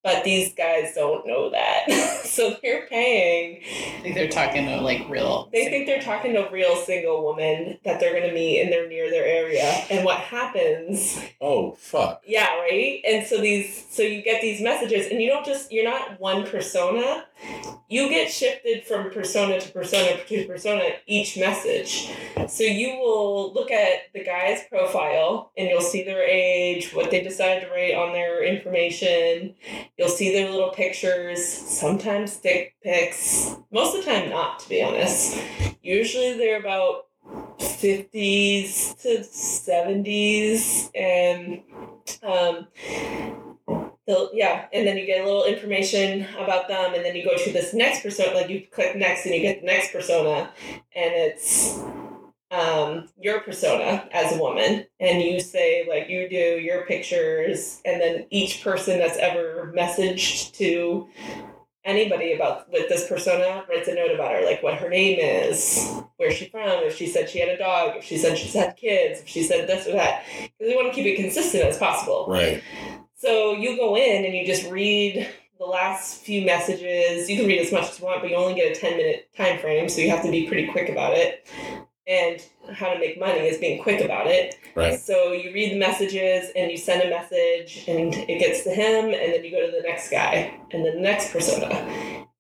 S2: But these guys don't know that. so they're paying.
S3: I think they're talking to like real.
S2: They think they're talking to real single women that they're going to meet and they're near their area. And what happens
S1: oh fuck.
S2: yeah, right? And so these so you get these messages and you don't just you're not one persona. You get shifted from persona to persona to persona each message. So you will look at the guy's profile and you'll see their age, what they decide to write on their information. You'll see their little pictures, sometimes stick pics, most of the time not to be honest. Usually they're about 50s to 70s and um, they'll- yeah, and then you get a little information about them, and then you go to this next persona. Like you click next, and you get the next persona, and it's um, your persona as a woman, and you say like you do your pictures, and then each person that's ever messaged to anybody about with this persona writes a note about her, like what her name is, where she from, if she said she had a dog, if she said she's had kids, if she said this or that, because we want to keep it consistent as possible.
S1: Right.
S2: So you go in and you just read the last few messages. You can read as much as you want, but you only get a 10 minute time frame, so you have to be pretty quick about it. And how to make money is being quick about it.
S1: Right.
S2: So you read the messages and you send a message and it gets to him and then you go to the next guy and the next persona.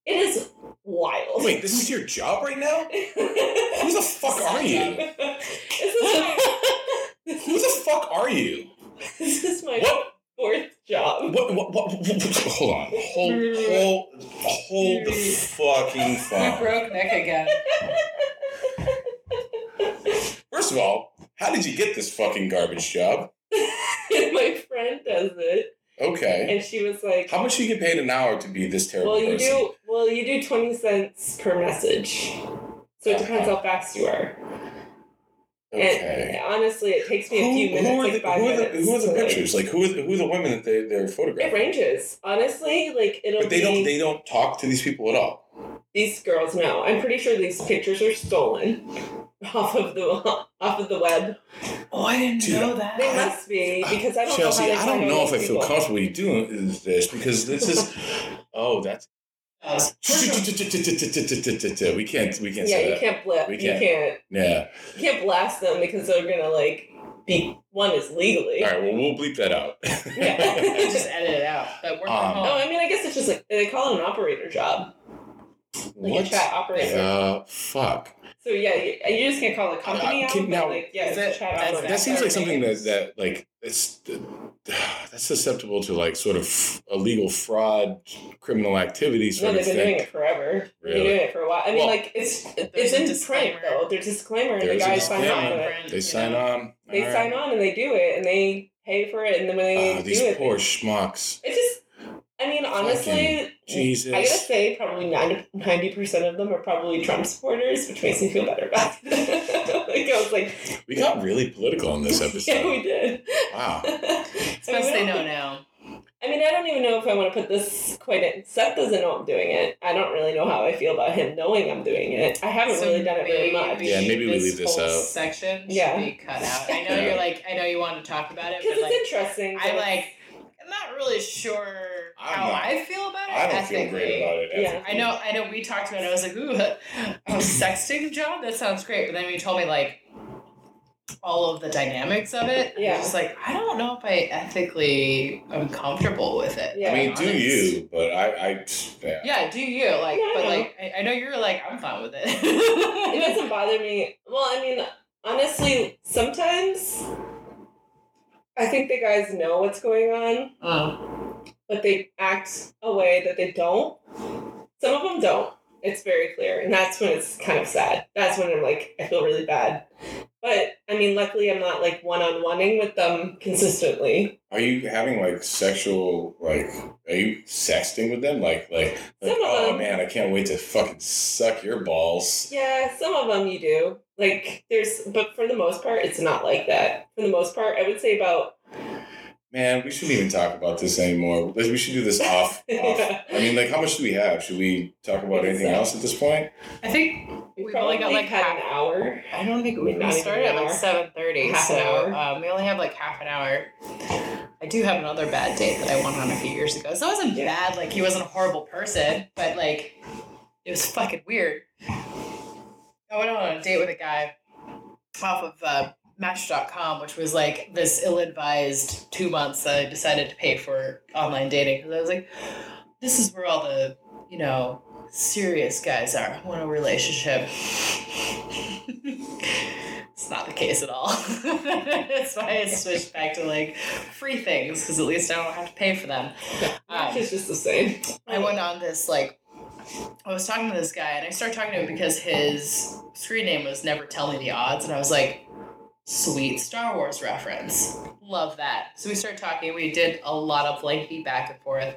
S2: It is wild.
S1: Wait, this is your job right now? Who the fuck are you?
S2: this is my,
S1: Who the fuck are you?
S2: this is my
S1: What?
S2: fourth job.
S1: What, what, what, what- what- hold on. Hold, hold, hold the fucking
S3: We
S1: phone.
S3: broke Nick again.
S1: First of all, how did you get this fucking garbage job?
S2: my friend does it,
S1: Okay.
S2: and she was like,
S1: How much do you get paid an hour to be this terrible
S2: "Well, you
S1: person?
S2: do. Well, you do twenty cents per message, so it depends how fast you are."
S1: Okay.
S2: And honestly, it takes me a few minutes,
S1: are
S2: like
S1: the,
S2: five
S1: who are the,
S2: minutes.
S1: who are the
S2: to, like-
S1: pictures? Like who are the, who are the women that they they're
S2: It
S1: photographing?
S2: ranges. Honestly, like it'll
S1: But they
S2: be
S1: don't they don't talk to these people at all.
S2: these girls now. I'm pretty sure these pictures are stolen off of the off of the web.
S3: Oh, I didn't
S1: Dude, know
S3: that.
S2: They must be because I don't
S1: Chelsea,
S2: know
S1: I
S2: how they
S1: don't
S2: find
S1: know
S2: all
S1: if I
S2: these
S1: feel
S2: people.
S1: comfortable you doing this because this is oh that's we can't we can't
S2: Yeah, you
S1: say that.
S2: can't blip.
S1: We
S2: You
S1: can't.
S2: can't.
S1: Yeah.
S2: You can't blast them because they're gonna like be one is legally.
S1: All right, well we'll bleep that out.
S2: Yeah.
S3: just edit it out. But we're
S1: Um,
S3: from
S2: Oh,
S3: home.
S2: I mean, I guess it's just like they call it an operator job, like a
S1: what
S2: chat operator.
S1: the fuck?
S2: So yeah, you, you just can't call the company
S1: Uh,
S2: out.
S1: can-
S2: but,
S1: now,
S2: like, yeah, it's
S3: is
S2: a
S3: it-
S2: chat
S3: that's-
S2: operator.
S1: That seems
S3: our
S1: like something that
S3: names.
S1: that like it's that's susceptible to like sort of illegal fraud, criminal activity
S2: no,
S1: sort
S2: they've
S1: of
S2: been
S1: thing.
S2: doing it forever. They've
S1: Really?
S2: been doing it for a while. I mean,
S1: Well,
S2: like it's
S3: There's
S2: it's
S3: a
S2: in print
S3: disclaimer.
S2: though. There's a disclaimer, and the
S1: There's a
S2: guys sign
S1: disclaimer.
S2: on for it.
S3: Print,
S1: They
S3: you
S1: sign
S3: know.
S1: on.
S2: They
S1: All
S2: sign
S1: right.
S2: on and they do it, and they pay for it, and then when they
S1: Ah,
S2: do
S1: these
S2: it,
S1: poor
S2: they-
S1: schmucks.
S2: it just. I mean, honestly,
S1: Jesus.
S2: I gotta say, probably 90 percent of them are probably Trump supporters, which makes me feel better about it. like I was like,
S1: we got really political on this episode.
S2: yeah, we did.
S1: Wow.
S3: It's best
S2: I
S3: they
S2: mean,
S3: know now.
S2: I mean, I don't even know if I want to put this quite in. Seth doesn't know I'm doing it. I don't really know how I feel about him knowing I'm doing it. I haven't
S3: So
S2: really done it very much.
S1: Yeah, maybe we leave this
S3: whole
S1: out.
S3: Section should
S2: Yeah.
S3: be cut out. I know
S1: Yeah.
S3: you're like, I know you want to talk about it,
S2: Because
S3: but
S2: it's
S3: like,
S2: interesting.
S3: I
S2: but-
S3: like, I'm not really sure
S1: I'm
S3: how
S1: not-
S3: I feel about it.
S1: I don't feel
S3: ethically.
S1: great about it.
S2: Yeah.
S3: I know, I know. We talked about it. I was like, "Ooh, a sexting job? That sounds great." But then you told me like, all of the dynamics of it.
S2: Yeah.
S3: I'm just like, I don't know if I ethically am comfortable with it.
S2: Yeah.
S1: I mean, do
S3: Honest.
S1: you? But I, I yeah.
S3: Yeah, do you like?
S2: Yeah, I
S3: but
S2: know.
S3: like, I, I know you're like, I'm fine with
S2: It
S3: it.
S2: doesn't bother me. Well, I mean, honestly, sometimes I think the guys know what's going on,
S3: Mm.
S2: but they act a way that they don't. Some of them don't. It's very clear. And that's when it's kind of sad. That's when I'm like, I feel really bad. But I mean, luckily, I'm not like one on oneing with them consistently.
S1: Are you having like sexual like? Are you sexting with them? Like like like?
S2: Some of
S1: Oh
S2: them.
S1: man, I can't wait to fucking suck your balls.
S2: Yeah, some of them you do. Like, there's, but for the most part, it's not like that. For the most part, I would say about
S1: Man, we shouldn't even talk about this anymore. Like, We should do this off. off.
S2: Yeah.
S1: I mean, like, how much do we have? Should we talk about anything else at this point?
S3: I think
S2: we
S3: We've
S2: probably
S3: only got,
S2: got like
S3: like,
S2: had
S3: half-
S2: an hour.
S3: I don't think
S2: Not even
S3: we started at
S2: an
S3: like
S2: hour.
S3: seven thirty.
S2: Half an
S3: so
S2: hour.
S3: Um, we only have like half an hour. I do have another bad date that I went on a few years ago. So it wasn't
S2: Yeah.
S3: bad. Like he wasn't a horrible person, but like it was fucking weird. I went on a date with a guy off of uh, Match.com, which was like this ill-advised two months that I decided to pay for online dating because I was like, this is where all the you know serious guys are who want a relationship. it's not the case at all. That's why I switched back to like free things because at least I don't have to pay for them. Um,
S2: It's just the same.
S3: I went on this like I was talking to this guy and I started talking to him because his screen name was Never Tell Me the Odds and I was like, sweet Star Wars reference. Love that. So we started talking, we did a lot of lengthy back and forth.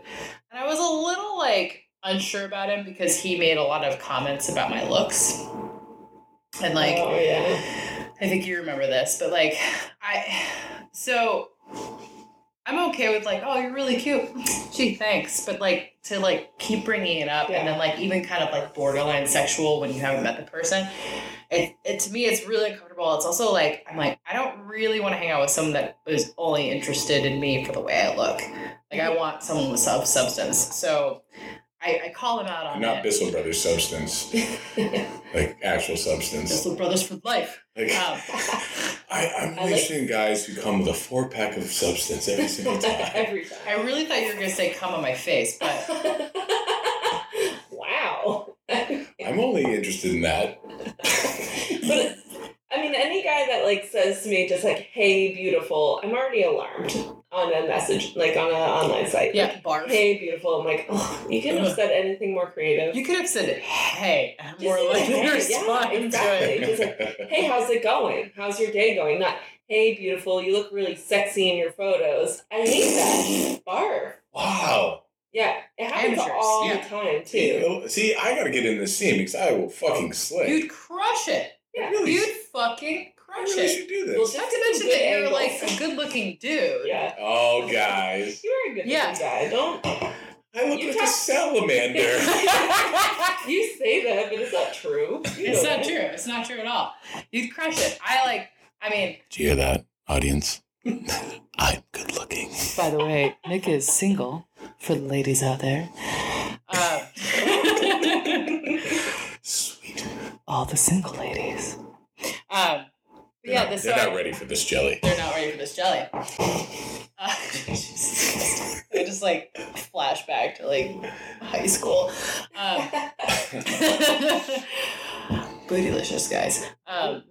S3: And I was a little like unsure about him because he made a lot of comments about my looks. And like
S2: oh yeah,
S3: I think you remember this, but like I so I'm okay with like, oh, you're really cute. Gee, thanks. But like to like keep bringing it up
S2: Yeah.
S3: and then like even kind of like borderline sexual when you haven't met the person. It, it to me it's really uncomfortable. It's also like I'm like I don't really want to hang out with someone that is only interested in me for the way I look. Like I want someone with sub substance. So I, I call him out on
S1: Not
S3: it.
S1: Bissell Brothers substance, like actual substance.
S3: Bissell brothers for life.
S1: Like,
S3: Um,
S1: I, I'm
S2: Oh. I like-
S1: mentioning guys who come with a four pack of substance every single time.
S2: every
S3: I really thought you were gonna say come on my face, but
S2: time. wow.
S1: I'm only interested in that.
S2: But I mean, any guy that like says to me just like, "Hey, beautiful," I'm already alarmed on a message like on an online site.
S3: Yeah, barf.
S2: Like, hey, beautiful. I'm like, oh, you could have said anything more creative.
S3: You could have said, hey, I'm
S2: Just
S3: more
S2: say,
S3: likely
S2: "Hey,"
S3: to
S2: yeah,
S3: respond to
S2: exactly.
S3: it.
S2: Just hey, how's it going? How's your day going? Not, hey, beautiful, you look really sexy in your photos. I hate that. Barf.
S1: wow.
S2: Yeah, it happens
S3: Amateurs,
S2: all
S3: yeah.
S2: the time,
S1: See,
S2: too.
S1: see, I gotta get in this scene because I will fucking slay.
S3: You'd crush it.
S2: Yeah.
S1: Really?
S3: You'd fucking
S1: I
S3: crush
S1: really
S3: it.
S1: should do
S2: Well,
S1: this.
S2: just
S3: Not
S2: do
S3: to mention
S2: good
S3: that you're like
S2: angles.
S3: a good looking dude.
S2: Yeah.
S1: Oh, guys.
S2: You're a good
S3: Yeah.
S2: looking guy. Don't
S1: I look
S2: You
S1: like a
S2: talk-
S1: salamander.
S2: you say that, but it's not true. You
S3: it's
S2: know
S3: not
S2: that.
S3: true. It's not true at all. You'd crush it. I like, I mean.
S1: Do you hear that, audience? I'm good looking.
S3: By the way, Nick is single for the ladies out there. Um,
S1: Sweet.
S3: all the single ladies. Um, but
S1: They're
S3: yeah,
S1: not-
S3: this
S1: they're not ready for this jelly.
S3: they're not ready for this jelly. Uh, I just like flashback to like high school. Um, bootylicious guys. Um,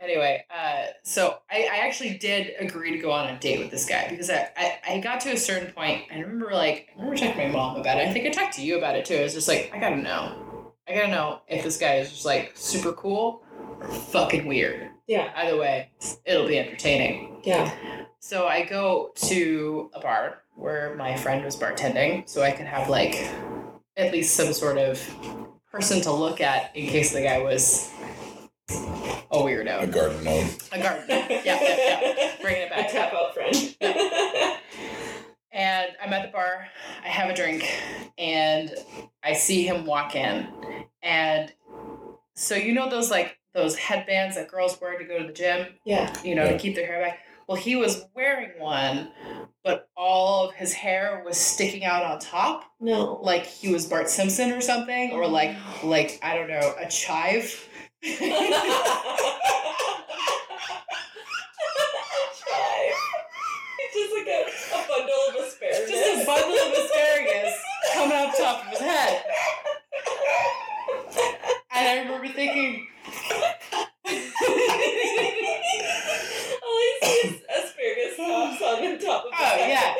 S3: anyway, uh, so I, I actually did agree to go on a date with this guy because I, I, I got to a certain point. I remember like I remember talking to my mom about it. I think I talked to you about it too. I was just like, I gotta know. I gotta know if this guy is just like super cool or fucking weird.
S2: Yeah,
S3: Either way, it'll be entertaining.
S2: yeah.
S3: So I go to a bar where my friend was bartending, so I could have like at least some sort of person to look at in case the guy was a
S1: A
S3: weirdo,
S1: garden gnome.
S3: a gardener. yeah, yeah, yeah. Bringing it
S2: A
S3: back.
S2: tap out friend.
S3: And I'm at the bar. I have a drink, and I see him walk in, and so you know those like those headbands that girls wear to go to the gym.
S2: yeah.
S3: you know,
S1: Yeah.
S3: to keep their hair back. Well, he was wearing one, but all of his hair was sticking out on top,
S2: No.
S3: like he was Bart Simpson or something, or like like I don't know, a chive.
S2: oh like a, a bundle of asparagus.
S3: Just a bundle of asparagus coming up top of his head. And I remember thinking,
S2: All I see is asparagus tops on the top of the
S3: oh
S2: head.
S3: yeah,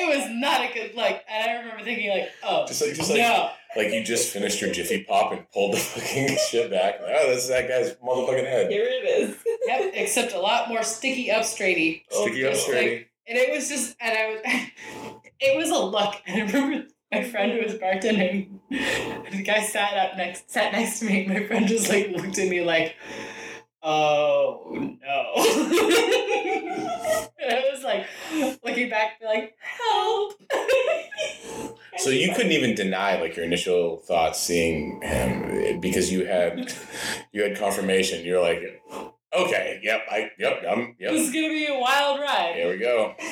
S3: it was not a good look. And I remember thinking like, oh
S1: Just like, just like,
S3: no,
S1: like you just finished your Jiffy Pop and pulled the fucking shit back. Like, oh, that's that guy's motherfucking head.
S2: Here it is.
S3: yep, except a lot more sticky up straighty.
S1: Sticky up
S2: Oh,
S1: straight.
S3: And it was just, and I was, it was a look. And I remember my friend who was bartending, the guy sat up next, sat next to me. and My friend just like looked at me like, oh no. and I was like, looking back, like, help.
S1: So you couldn't even deny like your initial thoughts seeing him eh, because you had you had confirmation. You're like, okay, yep, I yep, I'm
S3: This
S1: yep.
S3: is going to be a wild ride.
S1: Here we go.
S3: I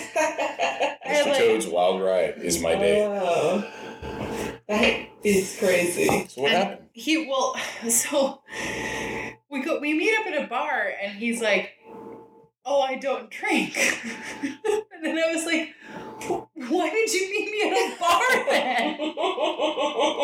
S3: had,
S1: Mr.
S3: like- Oh.
S1: Toad's Wild Ride is my day.
S2: Wow. That is crazy.
S1: So what
S3: And
S1: happened?
S3: He well, so we go we meet up at a bar and he's like, "Oh, I don't drink." and then I was like, "Why did you meet me at a bar then?"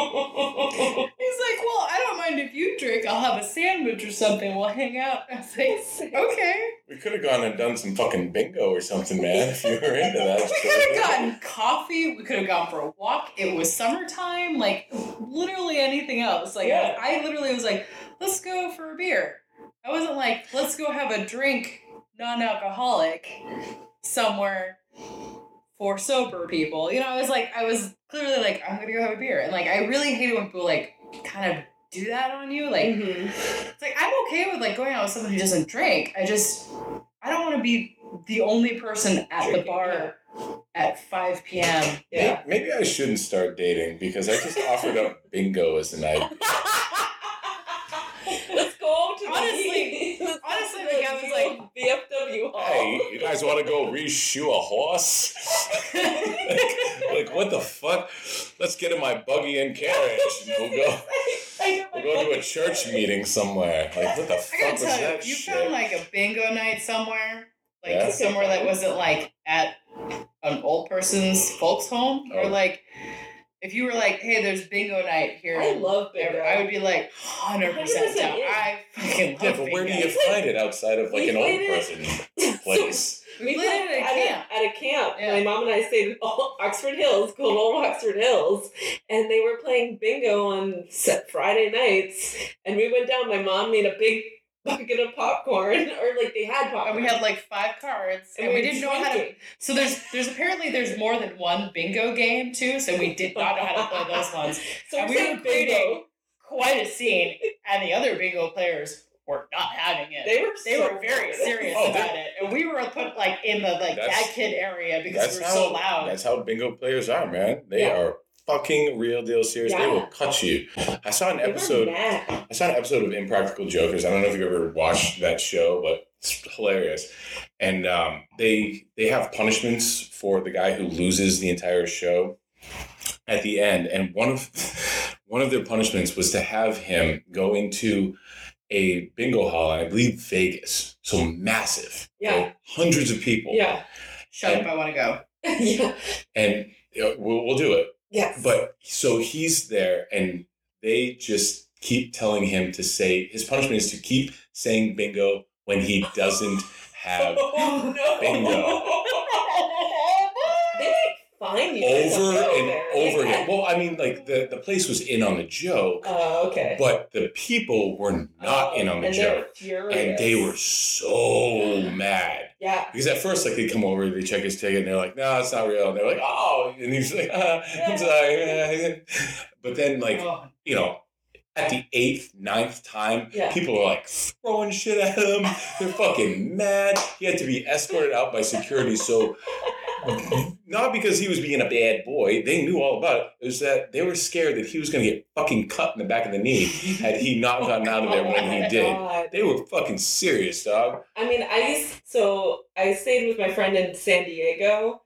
S3: He's like, "Well, I don't mind if you drink. I'll have a sandwich or something. We'll hang out." I was like, "Okay."
S1: We could have gone and done some fucking bingo or something, man. If you were into that.
S3: We could have gotten coffee. We could have gone for a walk. It was summertime. Like literally anything else. Like
S2: Yeah.
S3: I literally was like, let's go for a beer. I wasn't like, let's go have a drink, non-alcoholic, somewhere for sober people. You know, I was like, I was clearly like, I'm gonna go have a beer. And like, I really hate it when people like kind of do that on you. Like,
S2: Mhm.
S3: it's like I'm okay with like going out with someone who doesn't drink. I just I don't want to be the only person at the
S2: Drinking,
S3: bar at 5 p.m.
S2: Yeah.
S1: May- Maybe I shouldn't start dating because I just offered up bingo as an idea.
S2: Let's go home to
S3: Honestly-
S2: the, let's go
S3: honestly,
S2: to
S3: the guy was like-
S2: old VFW hall.
S1: Hey, you guys want to go reshoe a horse? like what the fuck? Let's get in my buggy and carriage. And we'll go.
S2: I got
S1: We'll
S2: my
S1: go to a
S2: bucket.
S1: church meeting somewhere. Like what the
S3: I
S1: fuck
S3: gotta
S1: was
S3: tell you,
S1: that
S3: if you
S1: shit?
S3: found like a bingo night somewhere, like
S1: Yeah.
S3: somewhere that wasn't like at an old person's folks' home,
S1: Oh.
S3: or like if you were like, hey, there's bingo night here.
S2: I love
S3: whatever,
S2: Bingo.
S3: I would be like, 100
S2: 100%
S3: percent down. I fucking love
S1: yeah, but where do
S3: bingo.
S1: you find it outside of like
S2: We
S1: an old
S2: played it-
S1: person place?
S2: we
S3: lived
S2: lived
S3: at a
S2: at,
S3: camp.
S2: A, at a camp.
S3: Yeah.
S2: My mom and I stayed in O- Oxford Hills, called Old Oxford Hills, and they were playing bingo on set Friday nights. And we went down. My mom made a big bucket of popcorn, or like they had popcorn.
S3: and we had like five cards, and,
S2: were
S3: we didn't know how to
S2: drinking.
S3: So there's there's apparently there's more than one bingo game too. So we did not know how to play those ones.
S2: So
S3: and
S2: we're
S3: we were
S2: playing bingo.
S3: Quite a scene, and the other bingo players were not having it.
S2: They were
S3: They
S2: so
S3: were very
S2: good.
S3: serious
S1: Oh,
S3: about it, and we were put like in the like
S1: That's-
S3: dad kid area because
S1: That's
S3: we were
S1: how
S3: so loud.
S1: that's how bingo players are, man. They
S2: Yeah.
S1: are fucking real deal serious. They
S2: Yeah.
S1: will cut you. I saw an
S2: They were
S1: episode.
S2: mad.
S1: I saw an episode of Impractical Jokers. I don't know if you ever watched that show, but it's hilarious. And um, they they have punishments for the guy who loses the entire show at the end. And one of one of their punishments was to have him go into a bingo hall, and I believe Vegas. So massive,
S2: Yeah.
S1: Like, hundreds of people.
S2: Yeah.
S3: Shut up! I want to go.
S2: yeah.
S1: and uh, we'll, we'll do it.
S2: Yes.
S1: But so he's there, and they just keep telling him to say his punishment is to keep saying bingo when he doesn't have
S2: oh no. They like find you guys
S1: Oh, over
S2: up
S1: and
S2: there,
S1: over
S2: like
S1: again.
S2: that.
S1: Well, I mean, like the, the place was in on the joke,
S2: Oh, okay.
S1: but the people were not in on the
S2: and they were
S1: joke. And they were
S2: furious.
S1: so mad.
S2: Yeah.
S1: Because at first, like, they come over, they check his ticket, and they're like, no, it's not real. And they're like, oh. And he's like, ah, I'm sorry. But then, like,
S3: Oh,
S1: you know, at the eighth, ninth time,
S2: Yeah.
S1: people are like throwing shit at him. They're fucking mad. He had to be escorted out by security. So, not because he was being a bad boy, they knew all about it. It was that they were scared that he was going to get fucking cut in the back of the knee had he not gotten out of there when he did.
S2: Oh, God.
S1: They were fucking serious, dog.
S2: I mean, I used so I stayed with my friend in San Diego,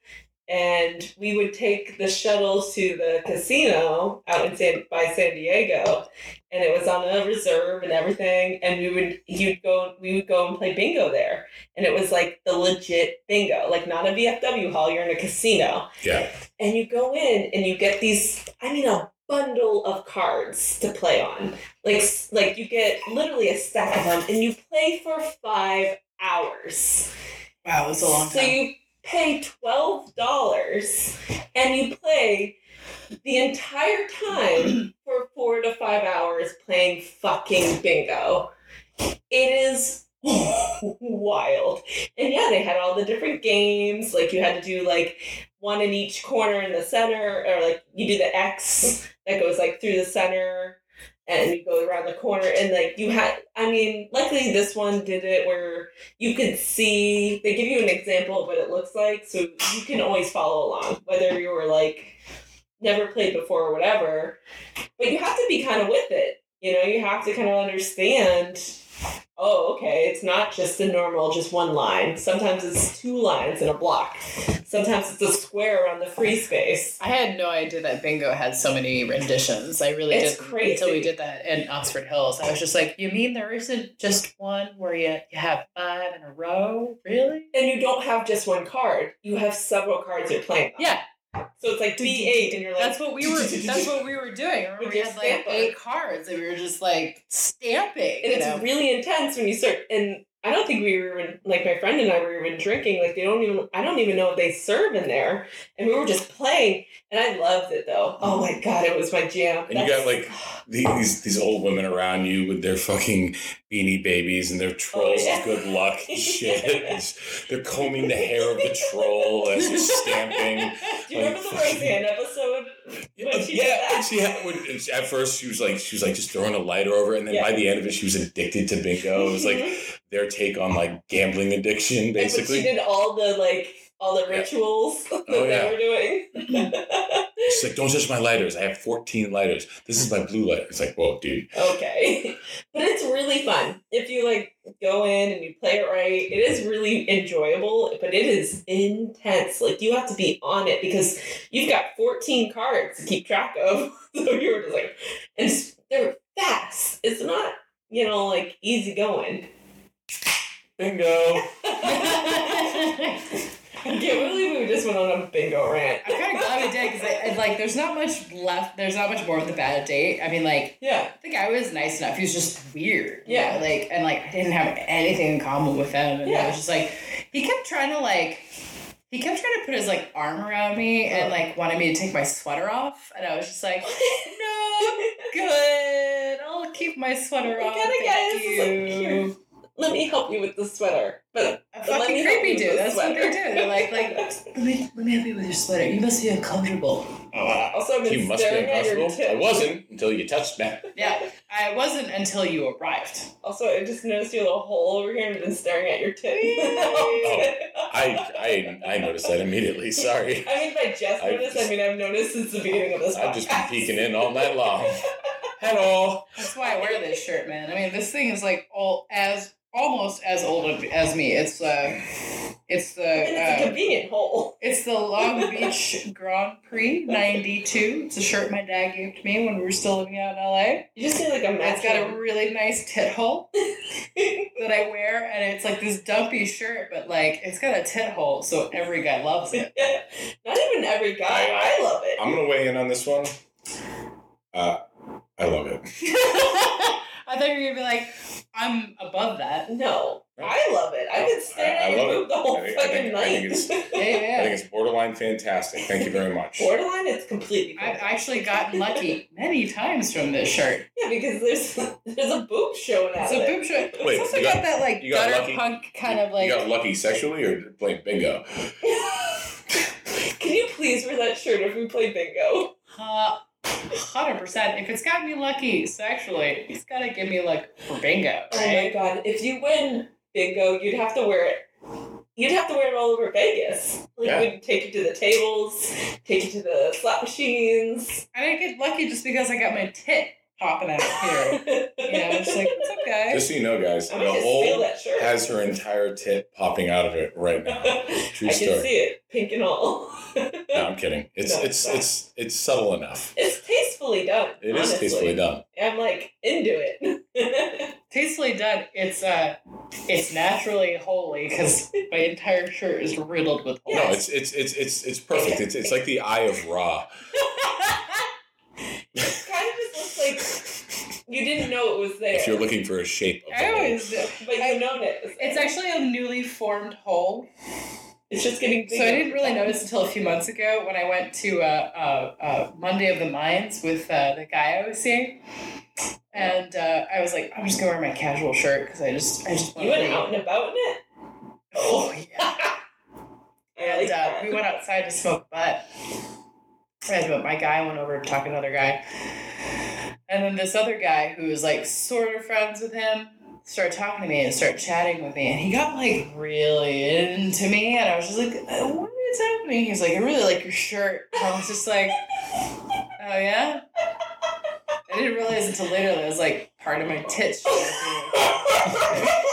S2: and we would take the shuttle to the casino out in San by San Diego, and it was on a reserve and everything. And we would you'd go we would go and play bingo there, and it was like the legit bingo, like not a VFW hall. You're in a casino.
S1: Yeah.
S2: And you go in and you get these. I mean a bundle of cards to play on. Like s- like you get literally a stack of them, and you play for five hours.
S3: Wow, that's a long
S2: So
S3: time.
S2: you pay twelve dollars and you play the entire time for four to five hours playing fucking bingo. It is wild. And yeah, they had all the different games. Like you had to do like one in each corner in the center, or like you do the X that goes like through the center and you go around the corner and like you had I mean, luckily this one did it where you could see they give you an example of what it looks like so you can always follow along whether you were like never played before or whatever but you have to be kind of with it you know you have to kind of understand oh okay it's not just a normal just one line sometimes it's two lines in a block sometimes it's a square around the free space
S4: I had no idea that bingo had so many renditions. I really
S2: It's
S4: didn't until
S2: crazy.
S4: we did that in Oxford Hills. I was just like, you mean there isn't just one where you, you have five in a row? Really?
S2: and you don't have just one card you have several cards you're playing on.
S4: Yeah,
S2: so it's like b8 and you're like
S4: that's what we were. That's what we were doing. I remember
S2: With
S4: we
S2: your
S4: had like
S2: stamp on.
S4: eight cards, and we were just like stamping.
S2: and
S4: you
S2: it's
S4: know?
S2: really intense when you start and i don't think we were even like my friend and i were even drinking like they don't even i don't even know if they serve in there and we were just playing and i loved it though oh my god it was my jam
S1: And you got, like, These these old women around you with their fucking beanie babies and their trolls
S2: Oh, yeah.
S1: of good luck and shit. It's- They're combing the hair of the troll as it's stamping.
S2: do you remember the roseanne episode
S1: Yeah,
S2: When she did
S1: yeah.
S2: that.
S1: and She had, when, and she- at first she was like she was like just throwing a lighter over, it, and then
S2: Yeah.
S1: by the end of it she was addicted to bingo. It was like their take on like gambling addiction,
S2: And when she
S1: basically.
S2: did all the like all the
S1: Yeah.
S2: rituals that
S1: Oh, yeah.
S2: they were doing
S1: She's like, "Don't touch my lighters. I have fourteen lighters. This is my blue light." It's like, whoa, dude.
S2: okay but it's really fun if you like go in and you play it right it is really enjoyable but it is intense like you have to be on it because you've got 14 cards to keep track of so you're just like and s- they're fast it's not you know like easy going
S1: Bingo.
S3: I'm
S2: i can't believe we just went on a bingo rant
S3: kind of glad we did because like, there's not much left. There's not much more of the bad date. I mean, like
S2: yeah
S3: the guy was nice enough. He was just weird. you
S2: Yeah.
S3: know, like and like I didn't have anything in common with him, and I
S2: Yeah.
S3: was just like, he kept trying to like. He kept trying to put his like arm around me and like wanted me to take my sweater off, and I was just like, "No, good. I'll keep my sweater
S2: You
S3: on.
S2: gotta get
S3: Thank
S2: it. It's like,
S3: you."
S2: let me help you with the sweater but
S3: A
S2: Let me
S3: fucking
S2: help
S3: creepy
S2: you with
S3: dude.
S2: the
S3: That's what they do.
S2: sweater.
S3: They're like, like, let me let me help you with your sweater. You must be uncomfortable.
S2: also i've been
S1: You must be
S2: staring at your
S1: uncomfortable.
S2: tip
S1: I wasn't until you touched me.
S3: Yeah, I wasn't until you arrived.
S2: Also, I just noticed you have a little hole over here and been staring at your tip.
S1: Oh, I I I noticed that immediately. Sorry.
S2: I mean, if I just
S1: I
S2: noticed,
S1: just-
S2: I mean, I've noticed since the beginning of this
S1: I've just been
S2: podcast.
S1: peeking in all night long. Hello.
S3: That's why I wear this shirt, man. I mean, this thing is like all as almost as old as me. It's uh, it's the
S2: And it's a
S3: uh,
S2: convenient hole.
S3: it's the Long Beach Grand Prix '92. It's a shirt my dad gave to me when we were still living out in LA.
S2: You just need like a match.
S3: It's got a really nice tit hole that I wear, and it's like this dumpy shirt, but like it's got a tit hole, so every guy loves it.
S2: Not even every guy. I love it.
S1: I'm gonna weigh in on this one. Uh, I love it.
S3: I thought you were gonna be like, I'm above that.
S2: no, I love it. I've been staring
S1: I- I
S2: at your
S1: love
S2: boob
S1: it.
S2: the whole
S1: I think- I
S2: fucking
S1: think- I
S2: night.
S1: think it's-
S3: Yeah, yeah,
S1: I
S3: yeah.
S1: think it's borderline fantastic. Thank you very much.
S2: Borderline, it's completely.
S3: I've actually gotten lucky many times from this shirt.
S2: yeah, because there's there's a boob showing out.
S3: It's a boob shirt.
S1: Wait,
S3: it's also
S1: you
S3: got,
S1: got-
S3: that like
S1: you got
S3: gutter
S1: lucky?
S3: punk kind of
S1: you
S3: like.
S1: got lucky sexually or playing bingo?
S2: Can you please wear that shirt if we play bingo?
S3: Uh, 100%. If it's got me lucky sexually, it's gotta give me like for bingo,
S2: Oh my
S3: right?
S2: god, if you win bingo, you'd have to wear it. You'd have to wear it all over Vegas. Like
S1: Yeah.
S2: we'd take you to the tables, take you to the slot machines.
S3: I didn't get lucky just because I got my tit popping out here. You know, it's like, it's okay.
S1: Just so you know, guys,
S2: I'm gonna
S1: the
S2: steal
S1: hole
S2: that shirt.
S1: has her entire tit popping out of it right now.
S2: I
S1: True
S2: can
S1: story.
S2: see it, pink and all.
S1: No, I'm kidding. It's
S2: No,
S1: it's
S2: no.
S1: it's it's subtle enough.
S2: it's tastefully done.
S1: It is
S2: honestly.
S1: tastefully done.
S2: I'm like into it.
S4: Tastefully done. It's uh, it's naturally holy because my entire shirt is riddled with holes.
S1: No, it's it's it's it's it's perfect. It's it's like the eye of Ra.
S2: kind of just looks like you didn't know it was there.
S1: If you're looking for a shape of the
S3: I
S1: hole.
S3: always do.
S2: but you know it. was there.
S3: It's actually a newly formed hole.
S2: it's just getting bigger.
S3: So I didn't really notice
S2: it.
S3: until a few months ago when I went to uh, uh, uh, Monday of the Minds with uh, the guy I was seeing. And uh, I was like, I'm just gonna wear my casual shirt because I just, I just
S2: You
S3: want
S2: went
S3: to.
S2: out and about in it.
S3: Oh yeah.
S2: I like
S3: And uh,
S2: that.
S3: we went outside to smoke butt. And but my guy went over to talk to another guy. And then this other guy who was like sort of friends with him started talking to me and started chatting with me. And he got like really into me. And I was just like, "Uh, what is happening? He's like, I really like your shirt. And I was just like, oh yeah? I didn't realize until later that it was like part of my tit. shirt.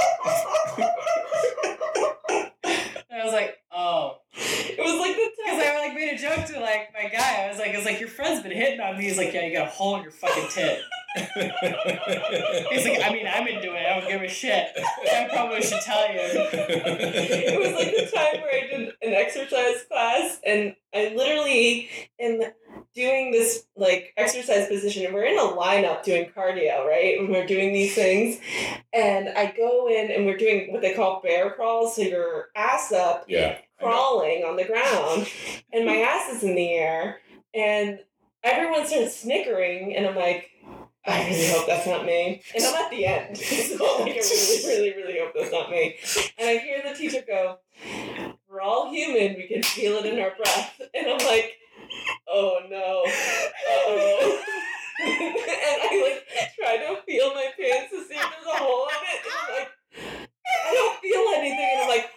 S3: And I was like, oh.
S2: it was like the
S3: Because
S2: time.
S3: I like made a joke to like my guy. I was like, it's like your friend's been hitting on me. He's like, yeah, you got a hole in your fucking tit. He's like, I mean, I've been doing it. I don't give a shit. I probably should tell you.
S2: It was like the time where I did an exercise class, and I literally am doing this like exercise position, and we're in a lineup doing cardio, right? And we're doing these things, and I go in, and we're doing what they call bear crawls, so your ass up,
S1: yeah.
S2: crawling on the ground, and my ass is in the air, and everyone starts snickering, and I'm like, I really hope that's not me. And I'm at the end, so I'm like, I really, really, really hope that's not me. And I hear the teacher go, "We're all human. We can feel it in our breath," and I'm like, "Oh no, oh." and I like try to feel my pants to see if there's a hole in it, and I'm like, I don't feel anything, and I'm like.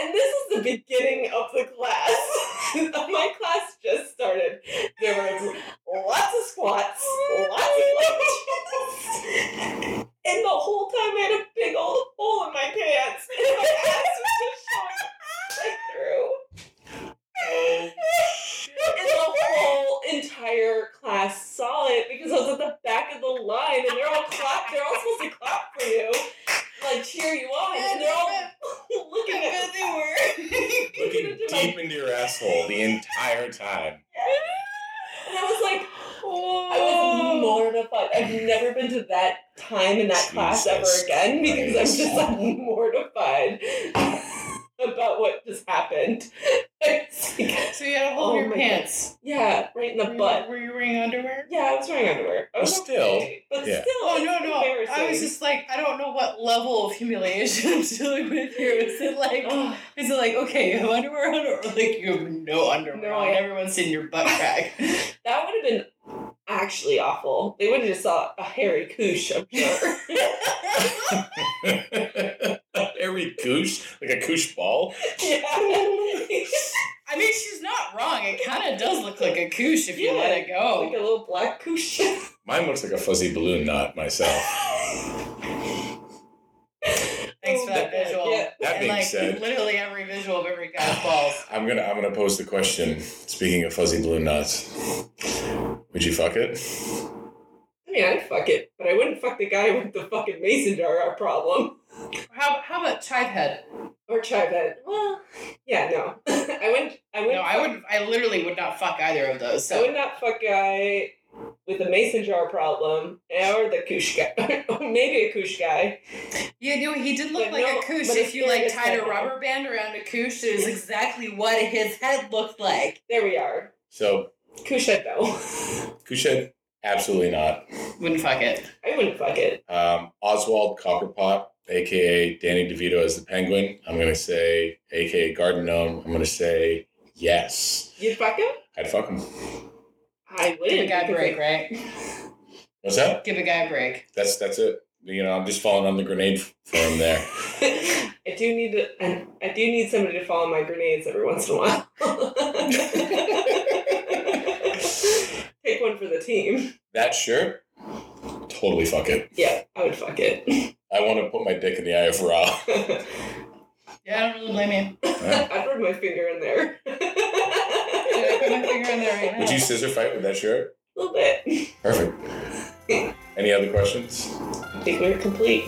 S2: And this is the beginning of the class. My class just started. There were lots of squats, lots of lunges. And the whole time I had a big old hole in my pants. And my ass was just showing right through. And the whole entire class saw it because I was at the back of the line and they're all clap they're all supposed to clap for you. Like cheer you on. And they're all looking at
S3: bet they were.
S1: Looking deep into your asshole the entire time.
S2: And I was like, I
S3: Oh.
S2: was mortified. I've never been to that time in that class ever
S1: Jesus
S2: again because I'm
S1: Christ.
S2: just like mortified about what just happened. It's like,
S3: So you had a hole
S2: Oh
S3: in your
S2: my
S3: pants.
S2: yeah, right in the
S3: Were you-
S2: butt.
S3: Were you wearing underwear?
S2: Yeah, I was wearing underwear. I was
S1: Well, still,
S2: okay, but
S1: yeah.
S2: still,
S3: Oh no
S2: it's
S3: no! I was
S2: embarrassing.
S3: just like, I don't know what level of humiliation I'm dealing with here. Is it like,
S2: Ugh.
S3: is it like, okay, you have underwear on, or like you have no underwear
S2: No.
S3: on? Everyone's in your butt crack.
S2: That would have been actually awful. They would have just saw a hairy cooch, I'm sure.
S1: Every goosh, like a goosh ball.
S2: yeah.
S3: I mean, she's not wrong. It kind of does look like a couche if
S2: Yeah.
S3: you let it go.
S2: like a little black cooch.
S1: Mine looks like a fuzzy balloon knot myself.
S3: Thanks for that
S2: Oh,
S3: visual.
S2: yeah.
S1: That
S3: And
S1: being
S3: like
S1: said,
S3: literally every visual of every guy's balls.
S1: I'm gonna I'm gonna pose the question. Speaking of fuzzy balloon knots, would you fuck it?
S2: I mean, I'd fuck it, but I wouldn't fuck the guy with the fucking mason jar our problem.
S3: How, how about chive head?
S2: Or try that. Well, yeah, no. I wouldn't. I wouldn't.
S3: No, I would. I literally would not fuck either of those.
S2: I would
S3: So
S2: not fuck guy with the mason jar problem or the koosh guy. or Maybe a koosh guy.
S3: you know he did look
S2: But
S3: like
S2: no,
S3: a couche
S2: but
S3: if
S2: if
S3: you
S2: there
S3: like
S2: is
S3: tied a
S2: head.
S3: rubber band around a couche. It was exactly what his head looked like.
S2: There we are.
S1: So
S2: Koosh head though.
S1: goosh head, absolutely not.
S3: Wouldn't fuck it.
S2: I wouldn't fuck it.
S1: Um, Oswald Copperpot, aka Danny DeVito as the Penguin. I'm gonna say, aka Garden Gnome. I'm gonna say yes.
S2: You'd fuck him?
S1: I'd fuck him.
S2: I wouldn't.
S3: Give a guy a
S2: because
S3: break,
S2: I-
S3: right?
S1: What's that?
S3: Give a guy a break.
S1: That's that's it. You know, I'm just falling on the grenade for him there.
S2: I do need to. I, I do need somebody to follow my grenades every once in a while. Take one for the team.
S1: That shirt totally fuck it.
S2: Yeah, I would fuck it.
S1: I want to put my dick in the eye of Ra.
S3: Yeah, I don't really blame you.
S2: I'd put my finger in there.
S3: Dude, I put my finger in there right now.
S1: Would you scissor fight with that shirt?
S2: A little bit.
S1: Perfect. Any other questions?
S2: I think we're complete.